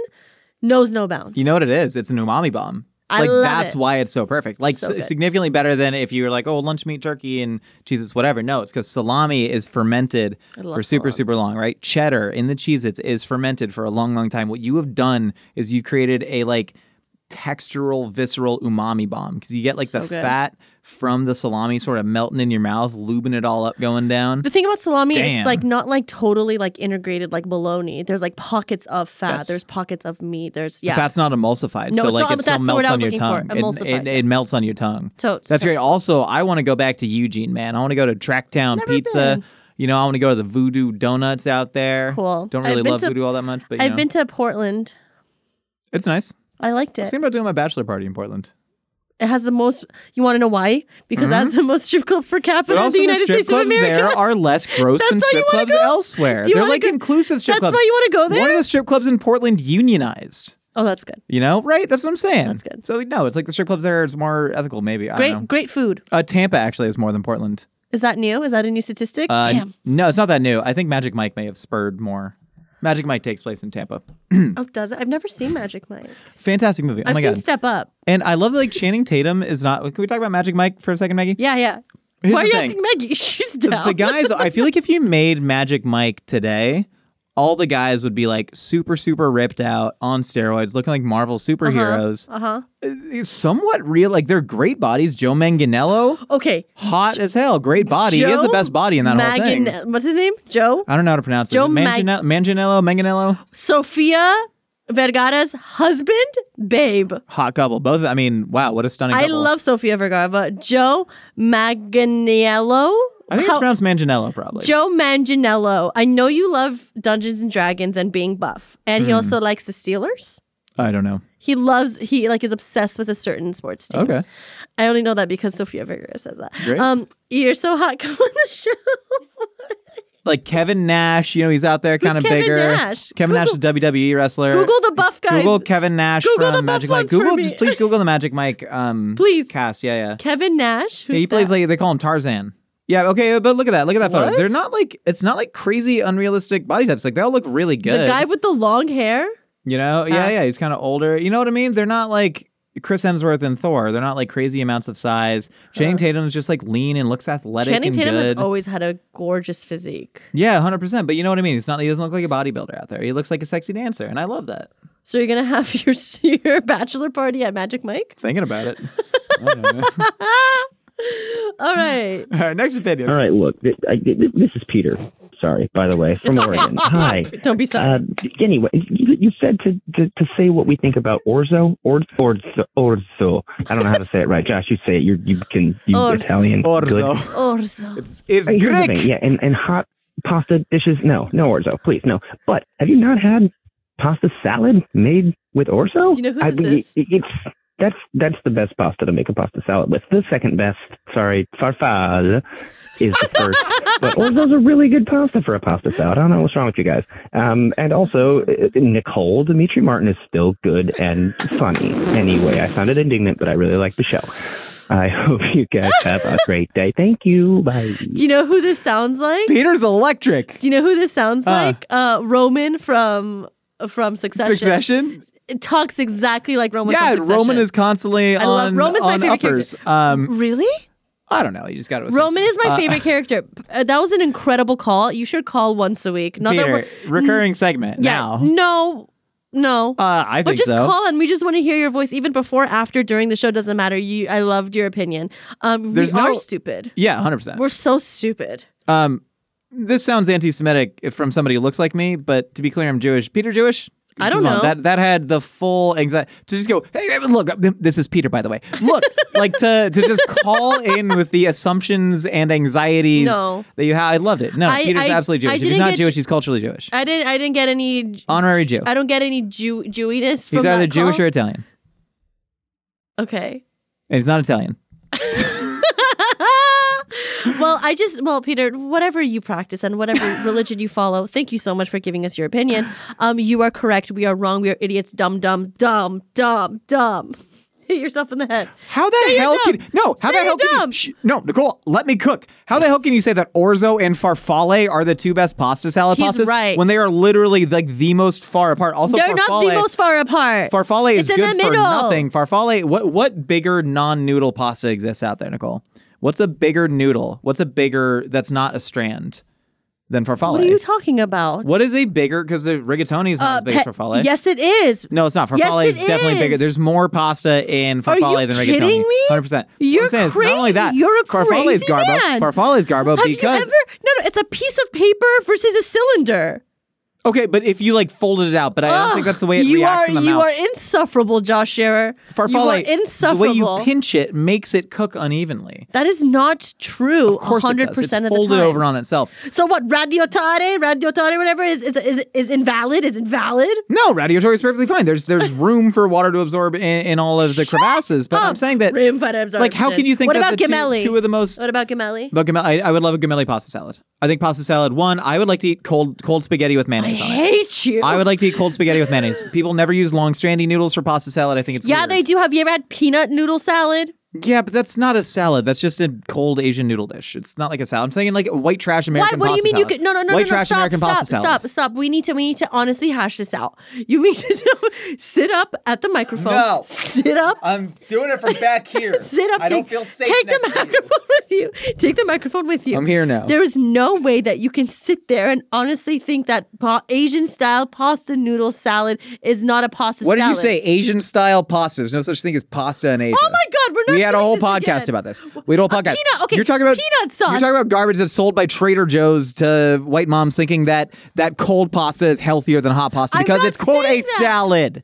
Speaker 4: knows no bounds.
Speaker 5: You know what it is? It's an umami bomb.
Speaker 4: I
Speaker 5: like
Speaker 4: love
Speaker 5: that's
Speaker 4: it.
Speaker 5: why it's so perfect. Like
Speaker 4: So
Speaker 5: s-
Speaker 4: good.
Speaker 5: significantly better than if you were like, oh, lunch meat, turkey, and cheese its whatever. No, it's because salami is fermented
Speaker 4: love
Speaker 5: for super
Speaker 4: salami.
Speaker 5: super long, right? Cheddar in the cheese its is fermented for a long long time. What you have done is you created a like textural visceral umami bomb because you get like the
Speaker 4: So good.
Speaker 5: fat from the salami sort of melting in your mouth, lubing it all up, going down.
Speaker 4: the thing about salami,
Speaker 5: Damn.
Speaker 4: it's like not like totally like integrated like bologna. There's like pockets of fat.
Speaker 5: Yes.
Speaker 4: There's pockets of meat. There's
Speaker 5: The
Speaker 4: yeah.
Speaker 5: fat's not emulsified,
Speaker 4: No,
Speaker 5: so
Speaker 4: it's
Speaker 5: like
Speaker 4: not-
Speaker 5: it still
Speaker 4: that's the word
Speaker 5: melts
Speaker 4: I
Speaker 5: on
Speaker 4: was
Speaker 5: your tongue.
Speaker 4: looking for,
Speaker 5: It- It,
Speaker 4: emulsified.
Speaker 5: it melts on your tongue. That's
Speaker 4: Totes, totes.
Speaker 5: great. Also, I want to go back to Eugene, man. I want to go to Tracktown Pizza.
Speaker 4: been.
Speaker 5: You know, I want to go to the Voodoo Donuts out there.
Speaker 4: Cool.
Speaker 5: Don't
Speaker 4: I've
Speaker 5: really
Speaker 4: been
Speaker 5: love
Speaker 4: to-
Speaker 5: Voodoo all that much, but you
Speaker 4: I've
Speaker 5: know,
Speaker 4: been to Portland.
Speaker 5: it's nice.
Speaker 4: I liked
Speaker 5: I was
Speaker 4: it.
Speaker 5: thinking about doing my bachelor party in Portland.
Speaker 4: It has the most. You want to know why? Because it has the most strip clubs per capita
Speaker 5: Mm-hmm. But
Speaker 4: in
Speaker 5: also,
Speaker 4: the
Speaker 5: the,
Speaker 4: United
Speaker 5: strip
Speaker 4: States of
Speaker 5: clubs
Speaker 4: America.
Speaker 5: there are less gross
Speaker 4: That's
Speaker 5: than
Speaker 4: why you
Speaker 5: strip
Speaker 4: wanna
Speaker 5: clubs
Speaker 4: go?
Speaker 5: elsewhere.
Speaker 4: Do you
Speaker 5: They're
Speaker 4: wanna
Speaker 5: like
Speaker 4: go-
Speaker 5: inclusive strip
Speaker 4: That's
Speaker 5: clubs.
Speaker 4: why you wanna go there?
Speaker 5: One of the strip clubs in Portland unionized.
Speaker 4: oh, that's good.
Speaker 5: You know, right? That's what I'm saying.
Speaker 4: That's good.
Speaker 5: So no, it's like the strip clubs there is more ethical, maybe. I
Speaker 4: Great,
Speaker 5: don't know.
Speaker 4: great food.
Speaker 5: Uh, Tampa actually is more than Portland.
Speaker 4: Is that new? Is that a new statistic?
Speaker 5: Uh,
Speaker 4: Damn.
Speaker 5: No, it's not that new. I think Magic Mike may have spurred more. Magic Mike takes place in Tampa.
Speaker 4: Oh, does it? I've never seen Magic Mike.
Speaker 5: Fantastic movie. Oh
Speaker 4: I've
Speaker 5: my
Speaker 4: seen
Speaker 5: god.
Speaker 4: Step Up.
Speaker 5: and I love that like Channing Tatum is not Can we talk about Magic Mike for a second, Maggie?
Speaker 4: Yeah, yeah.
Speaker 5: Here's
Speaker 4: why are
Speaker 5: the
Speaker 4: you
Speaker 5: thing.
Speaker 4: asking Maggie? She's
Speaker 5: The-
Speaker 4: down.
Speaker 5: The guys I feel like if you made Magic Mike today, all the guys would be like super super ripped out on steroids, looking like Marvel superheroes.
Speaker 4: Uh-huh.
Speaker 5: Uh, Somewhat real like they're great bodies. Joe Manganiello,
Speaker 4: Okay.
Speaker 5: hot as hell, great body. he has the
Speaker 4: Joe
Speaker 5: best body in that whole thing.
Speaker 4: Magane- What's his name? Joe.
Speaker 5: I don't know how to pronounce
Speaker 4: Joe
Speaker 5: it.
Speaker 4: Mag-
Speaker 5: Manganiello, Manganiello, Manganiello.
Speaker 4: Sofia Vergara's husband, babe.
Speaker 5: hot couple. Both. I mean, wow, what a stunning.
Speaker 4: I
Speaker 5: couple.
Speaker 4: love Sofia Vergara, but Joe Manganiello
Speaker 5: I think it's
Speaker 4: How-
Speaker 5: pronounced Manganiello, probably.
Speaker 4: Joe Manganiello, I know you love Dungeons and Dragons and being buff, and
Speaker 5: Hmm.
Speaker 4: he also likes the Steelers.
Speaker 5: I don't know.
Speaker 4: He loves he like is obsessed with a certain sports team.
Speaker 5: Okay.
Speaker 4: I only know that because Sofia Vergara says that.
Speaker 5: Great.
Speaker 4: Um, you're so hot. Come on the show.
Speaker 5: Like Kevin Nash, you know, he's out there kind of
Speaker 4: Kevin
Speaker 5: bigger.
Speaker 4: Nash?
Speaker 5: Kevin Nash, the WWE E wrestler.
Speaker 4: Google the buff guys.
Speaker 5: Google Kevin Nash
Speaker 4: Google the
Speaker 5: from
Speaker 4: buff
Speaker 5: Magic Mike.
Speaker 4: ones for
Speaker 5: Google,
Speaker 4: me.
Speaker 5: just please Google the Magic Mike um,
Speaker 4: Please.
Speaker 5: cast. Yeah, yeah.
Speaker 4: Kevin Nash. Who's
Speaker 5: Yeah, he plays
Speaker 4: that?
Speaker 5: like they call him Tarzan. Yeah, okay, but look at that. Look at that photo.
Speaker 4: What?
Speaker 5: They're not like it's not like crazy unrealistic body types. Like they all look really good.
Speaker 4: the guy with the long hair.
Speaker 5: you know? Yeah,
Speaker 4: Pass.
Speaker 5: yeah, he's kind of older. You know what I mean? They're not like Chris Hemsworth and Thor. They're not like crazy amounts of size. Channing Tatum's just like lean and looks athletic
Speaker 4: Channing
Speaker 5: and
Speaker 4: Tatum
Speaker 5: good.
Speaker 4: has always had a gorgeous physique.
Speaker 5: yeah, 100%. But you know what I mean? It's not he doesn't look like a bodybuilder out there. He looks like a sexy dancer and I love that.
Speaker 4: So you're gonna have your your bachelor party at Magic Mike.
Speaker 5: Thinking about it.
Speaker 4: All right.
Speaker 5: all right, next opinion.
Speaker 7: All right, look, th- I, th- th- this is Peter. Sorry, by the way, from Oregon. Hi.
Speaker 4: Don't be sorry.
Speaker 7: Uh, anyway, you, you said to, to to say what we think about orzo, orzo, orzo, orzo. I don't know how to say it right, Josh. You say it. You you can you
Speaker 4: Orzo.
Speaker 7: Italian. Good.
Speaker 5: Orzo.
Speaker 4: Orzo.
Speaker 5: It's, it's
Speaker 7: Hey, here's the
Speaker 5: Greek.
Speaker 7: thing, Yeah, and, and hot pasta dishes. No, no orzo, please, no. But have you not had pasta salad made with orzo?
Speaker 4: Do you know who
Speaker 7: I
Speaker 4: this
Speaker 7: mean,
Speaker 4: is?
Speaker 7: it- it's that's that's the best pasta to make a pasta salad with. The second best, sorry, farfalle is the first. but orzo's a really good pasta for a pasta salad. I don't know what's wrong with you guys. Um, and also, uh, Nicole Dimitri Martin is still good and funny. Anyway, I sounded indignant, but I really like the show. I hope you guys have a great day. Thank you. Bye.
Speaker 4: Do you know who this sounds like? Do
Speaker 5: Peter's electric.
Speaker 4: you know who this sounds
Speaker 5: Uh.
Speaker 4: like? Uh, Roman from from Succession.
Speaker 5: Succession.
Speaker 4: It talks exactly like Roman.
Speaker 5: Yeah,
Speaker 4: from Succession.
Speaker 5: Roman is constantly
Speaker 4: I love-
Speaker 5: on,
Speaker 4: Roman's my
Speaker 5: on
Speaker 4: favorite
Speaker 5: uppers. Um,
Speaker 4: really.
Speaker 5: I don't know. You just got to
Speaker 4: Roman is my favorite character. Uh, that was an incredible call. You should call once a week. Not that
Speaker 5: Peter,
Speaker 4: we're-
Speaker 5: recurring segment
Speaker 4: yeah,
Speaker 5: now.
Speaker 4: no, no.
Speaker 5: Uh, I
Speaker 4: but
Speaker 5: think
Speaker 4: just
Speaker 5: so.
Speaker 4: call and we just want to hear your voice, even before, after, during the show. Doesn't matter. You, I loved your opinion. Um,
Speaker 5: There's
Speaker 4: we
Speaker 5: no-
Speaker 4: are stupid.
Speaker 5: yeah, hundred percent.
Speaker 4: We're so stupid.
Speaker 5: Um, this sounds anti-Semitic from somebody who looks like me, but to be clear, I'm Jewish. Peter Jewish.
Speaker 4: I don't
Speaker 5: Come on,
Speaker 4: know.
Speaker 5: That that had the full anxiety to just go. Hey, hey, look, uh, this is Peter, by the way. Look, like to to just call in with the assumptions and anxieties
Speaker 4: No.
Speaker 5: that you have. I loved it. No,
Speaker 4: I-
Speaker 5: Peter's
Speaker 4: I-
Speaker 5: absolutely
Speaker 4: I
Speaker 5: Jewish. If he's
Speaker 4: didn't
Speaker 5: not
Speaker 4: get-
Speaker 5: Jewish, he's culturally Jewish.
Speaker 4: I didn't. I didn't get any.
Speaker 5: Honorary Jew.
Speaker 4: I don't get any Jew Jewiness. From
Speaker 5: He's either
Speaker 4: that call.
Speaker 5: Jewish or Italian.
Speaker 4: okay.
Speaker 5: And he's not Italian.
Speaker 4: well, I just well, Peter, whatever you practice and whatever religion you follow, thank you so much for giving us your opinion. Um, you are correct. We are wrong. We are idiots. Dumb, dumb, dumb, dumb, dumb. Hit yourself in the head.
Speaker 5: How the
Speaker 4: you're
Speaker 5: hell
Speaker 4: dumb.
Speaker 5: can no? How
Speaker 4: Say
Speaker 5: the
Speaker 4: you're
Speaker 5: hell can
Speaker 4: dumb.
Speaker 5: you, Shh, no? Nicole, let me cook. How the hell can you say that orzo and farfalle are the two best pasta salad
Speaker 4: He's
Speaker 5: pastas
Speaker 4: right.
Speaker 5: when they are literally like the most far apart? Also,
Speaker 4: They're not the
Speaker 5: farfalle-
Speaker 4: most far apart.
Speaker 5: Farfalle is
Speaker 4: It's in the
Speaker 5: good for
Speaker 4: middle.
Speaker 5: nothing. Farfalle. What what bigger non noodle pasta exists out there, Nicole? What's a bigger noodle? What's a bigger that's not a strand than farfalle?
Speaker 4: what are you Uh, talking about?
Speaker 5: what is a bigger? Because the rigatoni is not as big as farfalle.
Speaker 4: Yes, it is.
Speaker 5: No, it's not.
Speaker 4: Yes,
Speaker 5: Farfalle
Speaker 4: it
Speaker 5: is definitely bigger.
Speaker 4: is.
Speaker 5: There's more pasta in
Speaker 4: Are you
Speaker 5: farfalle than rigatoni.
Speaker 4: kidding me?
Speaker 5: 100%.
Speaker 4: You're
Speaker 5: I'm saying it's not only
Speaker 4: crazy.
Speaker 5: that.
Speaker 4: You're a
Speaker 5: farfalle is
Speaker 4: crazy
Speaker 5: garbo.
Speaker 4: man.
Speaker 5: Farfalle is garbo
Speaker 4: Have you
Speaker 5: because
Speaker 4: ever? No, no. It's a piece of paper versus a cylinder.
Speaker 5: Okay, but if you like folded it out, but I don't think that's the way it
Speaker 4: you
Speaker 5: reacts
Speaker 4: are.
Speaker 5: in the
Speaker 4: you
Speaker 5: mouth.
Speaker 4: are insufferable, Josh Scherer. you are
Speaker 5: farfalle The
Speaker 4: insufferable.
Speaker 5: way you pinch it makes it cook unevenly.
Speaker 4: That is not true.
Speaker 5: Of course it
Speaker 4: 100%
Speaker 5: does. It's
Speaker 4: of the
Speaker 5: folded
Speaker 4: time.
Speaker 5: over on itself.
Speaker 4: So what? Radiotare, radiotare, whatever is is is, is invalid. Is invalid.
Speaker 5: No, radiatory is perfectly fine. There's there's room for water to absorb in, in all of the crevasses, but I'm
Speaker 4: Up.
Speaker 5: saying that
Speaker 4: Room for absorption.
Speaker 5: like how can you think
Speaker 4: What
Speaker 5: that
Speaker 4: about
Speaker 5: the
Speaker 4: gemelli?
Speaker 5: two, two of the most
Speaker 4: What about gemelli?
Speaker 5: But gamel- I, I would love a gamelli pasta salad. I think pasta salad one. I would like to eat cold cold spaghetti with
Speaker 4: I
Speaker 5: mayonnaise on it.
Speaker 4: hate you.
Speaker 5: I would like to eat cold spaghetti with mayonnaise. People never use long strandy noodles for pasta salad. I think it's
Speaker 4: yeah,
Speaker 5: weird.
Speaker 4: they do. Have you ever had peanut noodle salad?
Speaker 5: yeah, but that's not a salad. That's just a cold Asian noodle dish. It's not like a salad. I'm saying like a white trash American.
Speaker 4: Why? What do you
Speaker 5: pasta
Speaker 4: mean you
Speaker 5: salad.
Speaker 4: could? No, no, no,
Speaker 5: White
Speaker 4: no, no.
Speaker 5: trash
Speaker 4: Stop,
Speaker 5: American
Speaker 4: stop,
Speaker 5: pasta salad.
Speaker 4: stop, stop. We need to. We need to honestly hash this out. You need to know- sit up at the microphone.
Speaker 5: No.
Speaker 4: Sit up.
Speaker 5: I'm doing it from back here.
Speaker 4: Sit up. take, Take the microphone with you. Take the microphone with you.
Speaker 5: I'm here now.
Speaker 4: There is no way that you can sit there and honestly think that pa- Asian style pasta noodle salad is not a pasta
Speaker 5: What did
Speaker 4: salad.
Speaker 5: you say? Asian style pasta. There's no such thing as pasta in Asia.
Speaker 4: Oh my God, we're not.
Speaker 5: we had a
Speaker 4: doing
Speaker 5: whole
Speaker 4: this
Speaker 5: podcast
Speaker 4: again.
Speaker 5: about this. We had a whole podcast.
Speaker 4: peanut- okay,
Speaker 5: you're talking about
Speaker 4: peanut sauce.
Speaker 5: You're talking about garbage that's sold by Trader Joe's to white moms, thinking that that cold pasta is healthier than hot pasta
Speaker 4: I'm
Speaker 5: because
Speaker 4: not
Speaker 5: it's quote a
Speaker 4: saying that.
Speaker 5: salad.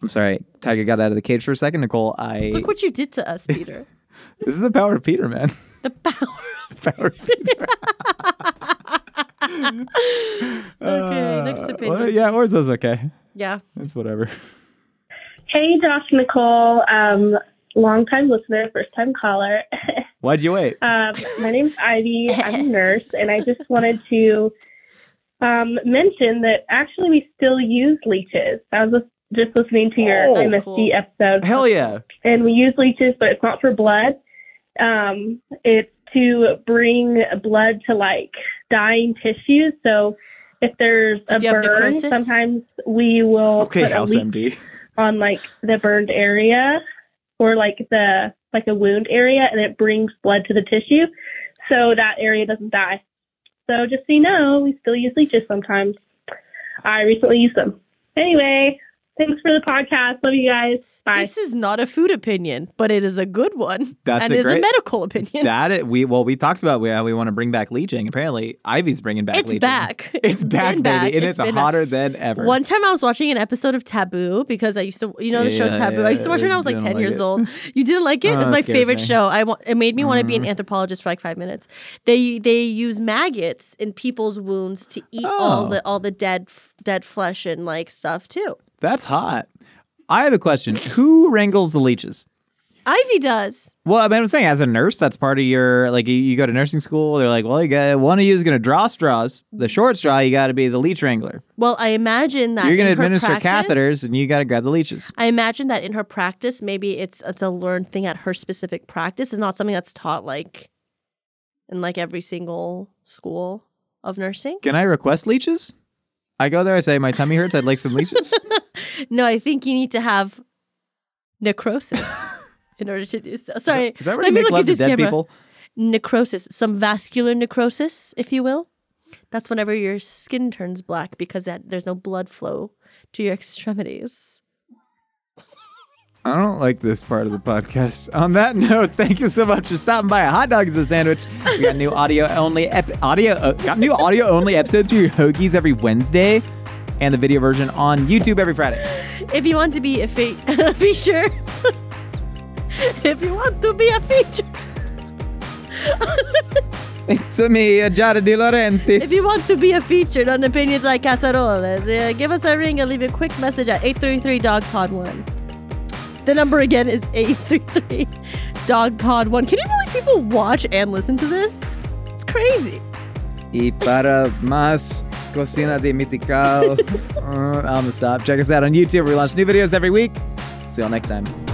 Speaker 5: I'm sorry, Tiger got out of the cage for a second. Nicole, I
Speaker 4: Look what you did to us, Peter.
Speaker 5: this is the power of Peter, man.
Speaker 4: the power of
Speaker 5: Power
Speaker 4: Okay, next opinion.
Speaker 5: Well, yeah, ours is okay.
Speaker 4: yeah.
Speaker 5: It's whatever.
Speaker 8: Hey, Josh Nicole, um, longtime listener, first time caller.
Speaker 5: Why'd you wait?
Speaker 8: Um, my name's Ivy. I'm a nurse, and I just wanted to um, mention that actually we still use leeches. I was lis- just listening to your
Speaker 5: Oh.
Speaker 8: MSD
Speaker 4: Cool.
Speaker 8: episode,
Speaker 5: Hell yeah.
Speaker 8: and we use leeches, but it's not for blood. Um, it's to bring blood to like dying tissues. So if there's a
Speaker 4: If you have
Speaker 8: burn,
Speaker 4: necrosis?
Speaker 8: sometimes we will
Speaker 5: Okay,
Speaker 8: put a
Speaker 5: House
Speaker 8: leech
Speaker 5: MD.
Speaker 8: on like the burned area or like the like a wound area and it brings blood to the tissue so that area doesn't die so just so you know we still use leeches sometimes i recently used them anyway thanks for the podcast love you guys bye
Speaker 4: This is not a food opinion, but it is a good one.
Speaker 5: That's
Speaker 4: and
Speaker 5: a
Speaker 4: is a
Speaker 5: great-
Speaker 4: medical opinion.
Speaker 5: That it, we well we talked about how we want to bring back leeching. Apparently, Ivy's bringing back
Speaker 4: it's
Speaker 5: leeching.
Speaker 4: back.
Speaker 5: It's back,
Speaker 4: been
Speaker 5: baby, and it's,
Speaker 4: been back.
Speaker 5: hotter than ever.
Speaker 4: One time I was watching an episode of Taboo because I used to, you know, the show
Speaker 5: Yeah,
Speaker 4: Taboo. I used to watch it when I was like
Speaker 5: didn't
Speaker 4: 10
Speaker 5: like
Speaker 4: years
Speaker 5: it.
Speaker 4: old. You didn't like it?
Speaker 5: Oh,
Speaker 4: It's
Speaker 5: that
Speaker 4: my
Speaker 5: scares
Speaker 4: favorite
Speaker 5: me. Mm-hmm.
Speaker 4: show. I wa- it made me want to be an anthropologist for like five minutes. They they use maggots in people's wounds to eat all
Speaker 5: Oh.
Speaker 4: the all the dead f- dead flesh and like stuff too.
Speaker 5: That's hot. I have a question. Who wrangles the leeches?
Speaker 4: Ivy does.
Speaker 5: Well, I mean, I'm saying as a nurse, that's part of your like. You, you go to nursing school. They're like, well, you got one of you is going to draw straws. The short straw, you got to be the leech wrangler.
Speaker 4: Well, I imagine that
Speaker 5: You're going to
Speaker 4: in her
Speaker 5: administer
Speaker 4: practice-
Speaker 5: catheters, and you got to grab the leeches.
Speaker 4: I imagine that in her practice, maybe it's it's a learned thing at her specific practice. It's not something that's taught like in like every single school of nursing.
Speaker 5: Can I request leeches? I go there. I say my tummy hurts. I'd like some leeches.
Speaker 4: No, I think you need to have necrosis in order to do so. Sorry,
Speaker 5: Is that where
Speaker 4: let
Speaker 5: you
Speaker 4: me
Speaker 5: make
Speaker 4: look
Speaker 5: love
Speaker 4: at
Speaker 5: to
Speaker 4: this
Speaker 5: dead
Speaker 4: camera.
Speaker 5: people?
Speaker 4: Necrosis, some vascular necrosis, if you will. That's whenever your skin turns black because that, there's no blood flow to your extremities.
Speaker 5: I don't like this part of the podcast. On that note, thank you so much for stopping by. Hot dog is a sandwich. We got new audio only ep- audio uh, got new audio only episodes for your hoagies every Wednesday, and the video version on YouTube every Friday.
Speaker 4: If you want to be a fe- feature, if you want to be a feature,
Speaker 5: to me, Jada Di Laurentiis.
Speaker 4: if you want to be a featured on Opinions Like Cacerolas, uh, give us a ring and leave a quick message at 833 Dog Pod 1. The number again is 833 Dog Pod 1. Can you believe people watch and listen to this? It's crazy.
Speaker 5: y para más cocina de Uh, mitical, I'm gonna stop. Check us out on YouTube. We launch new videos every week. See y'all next time.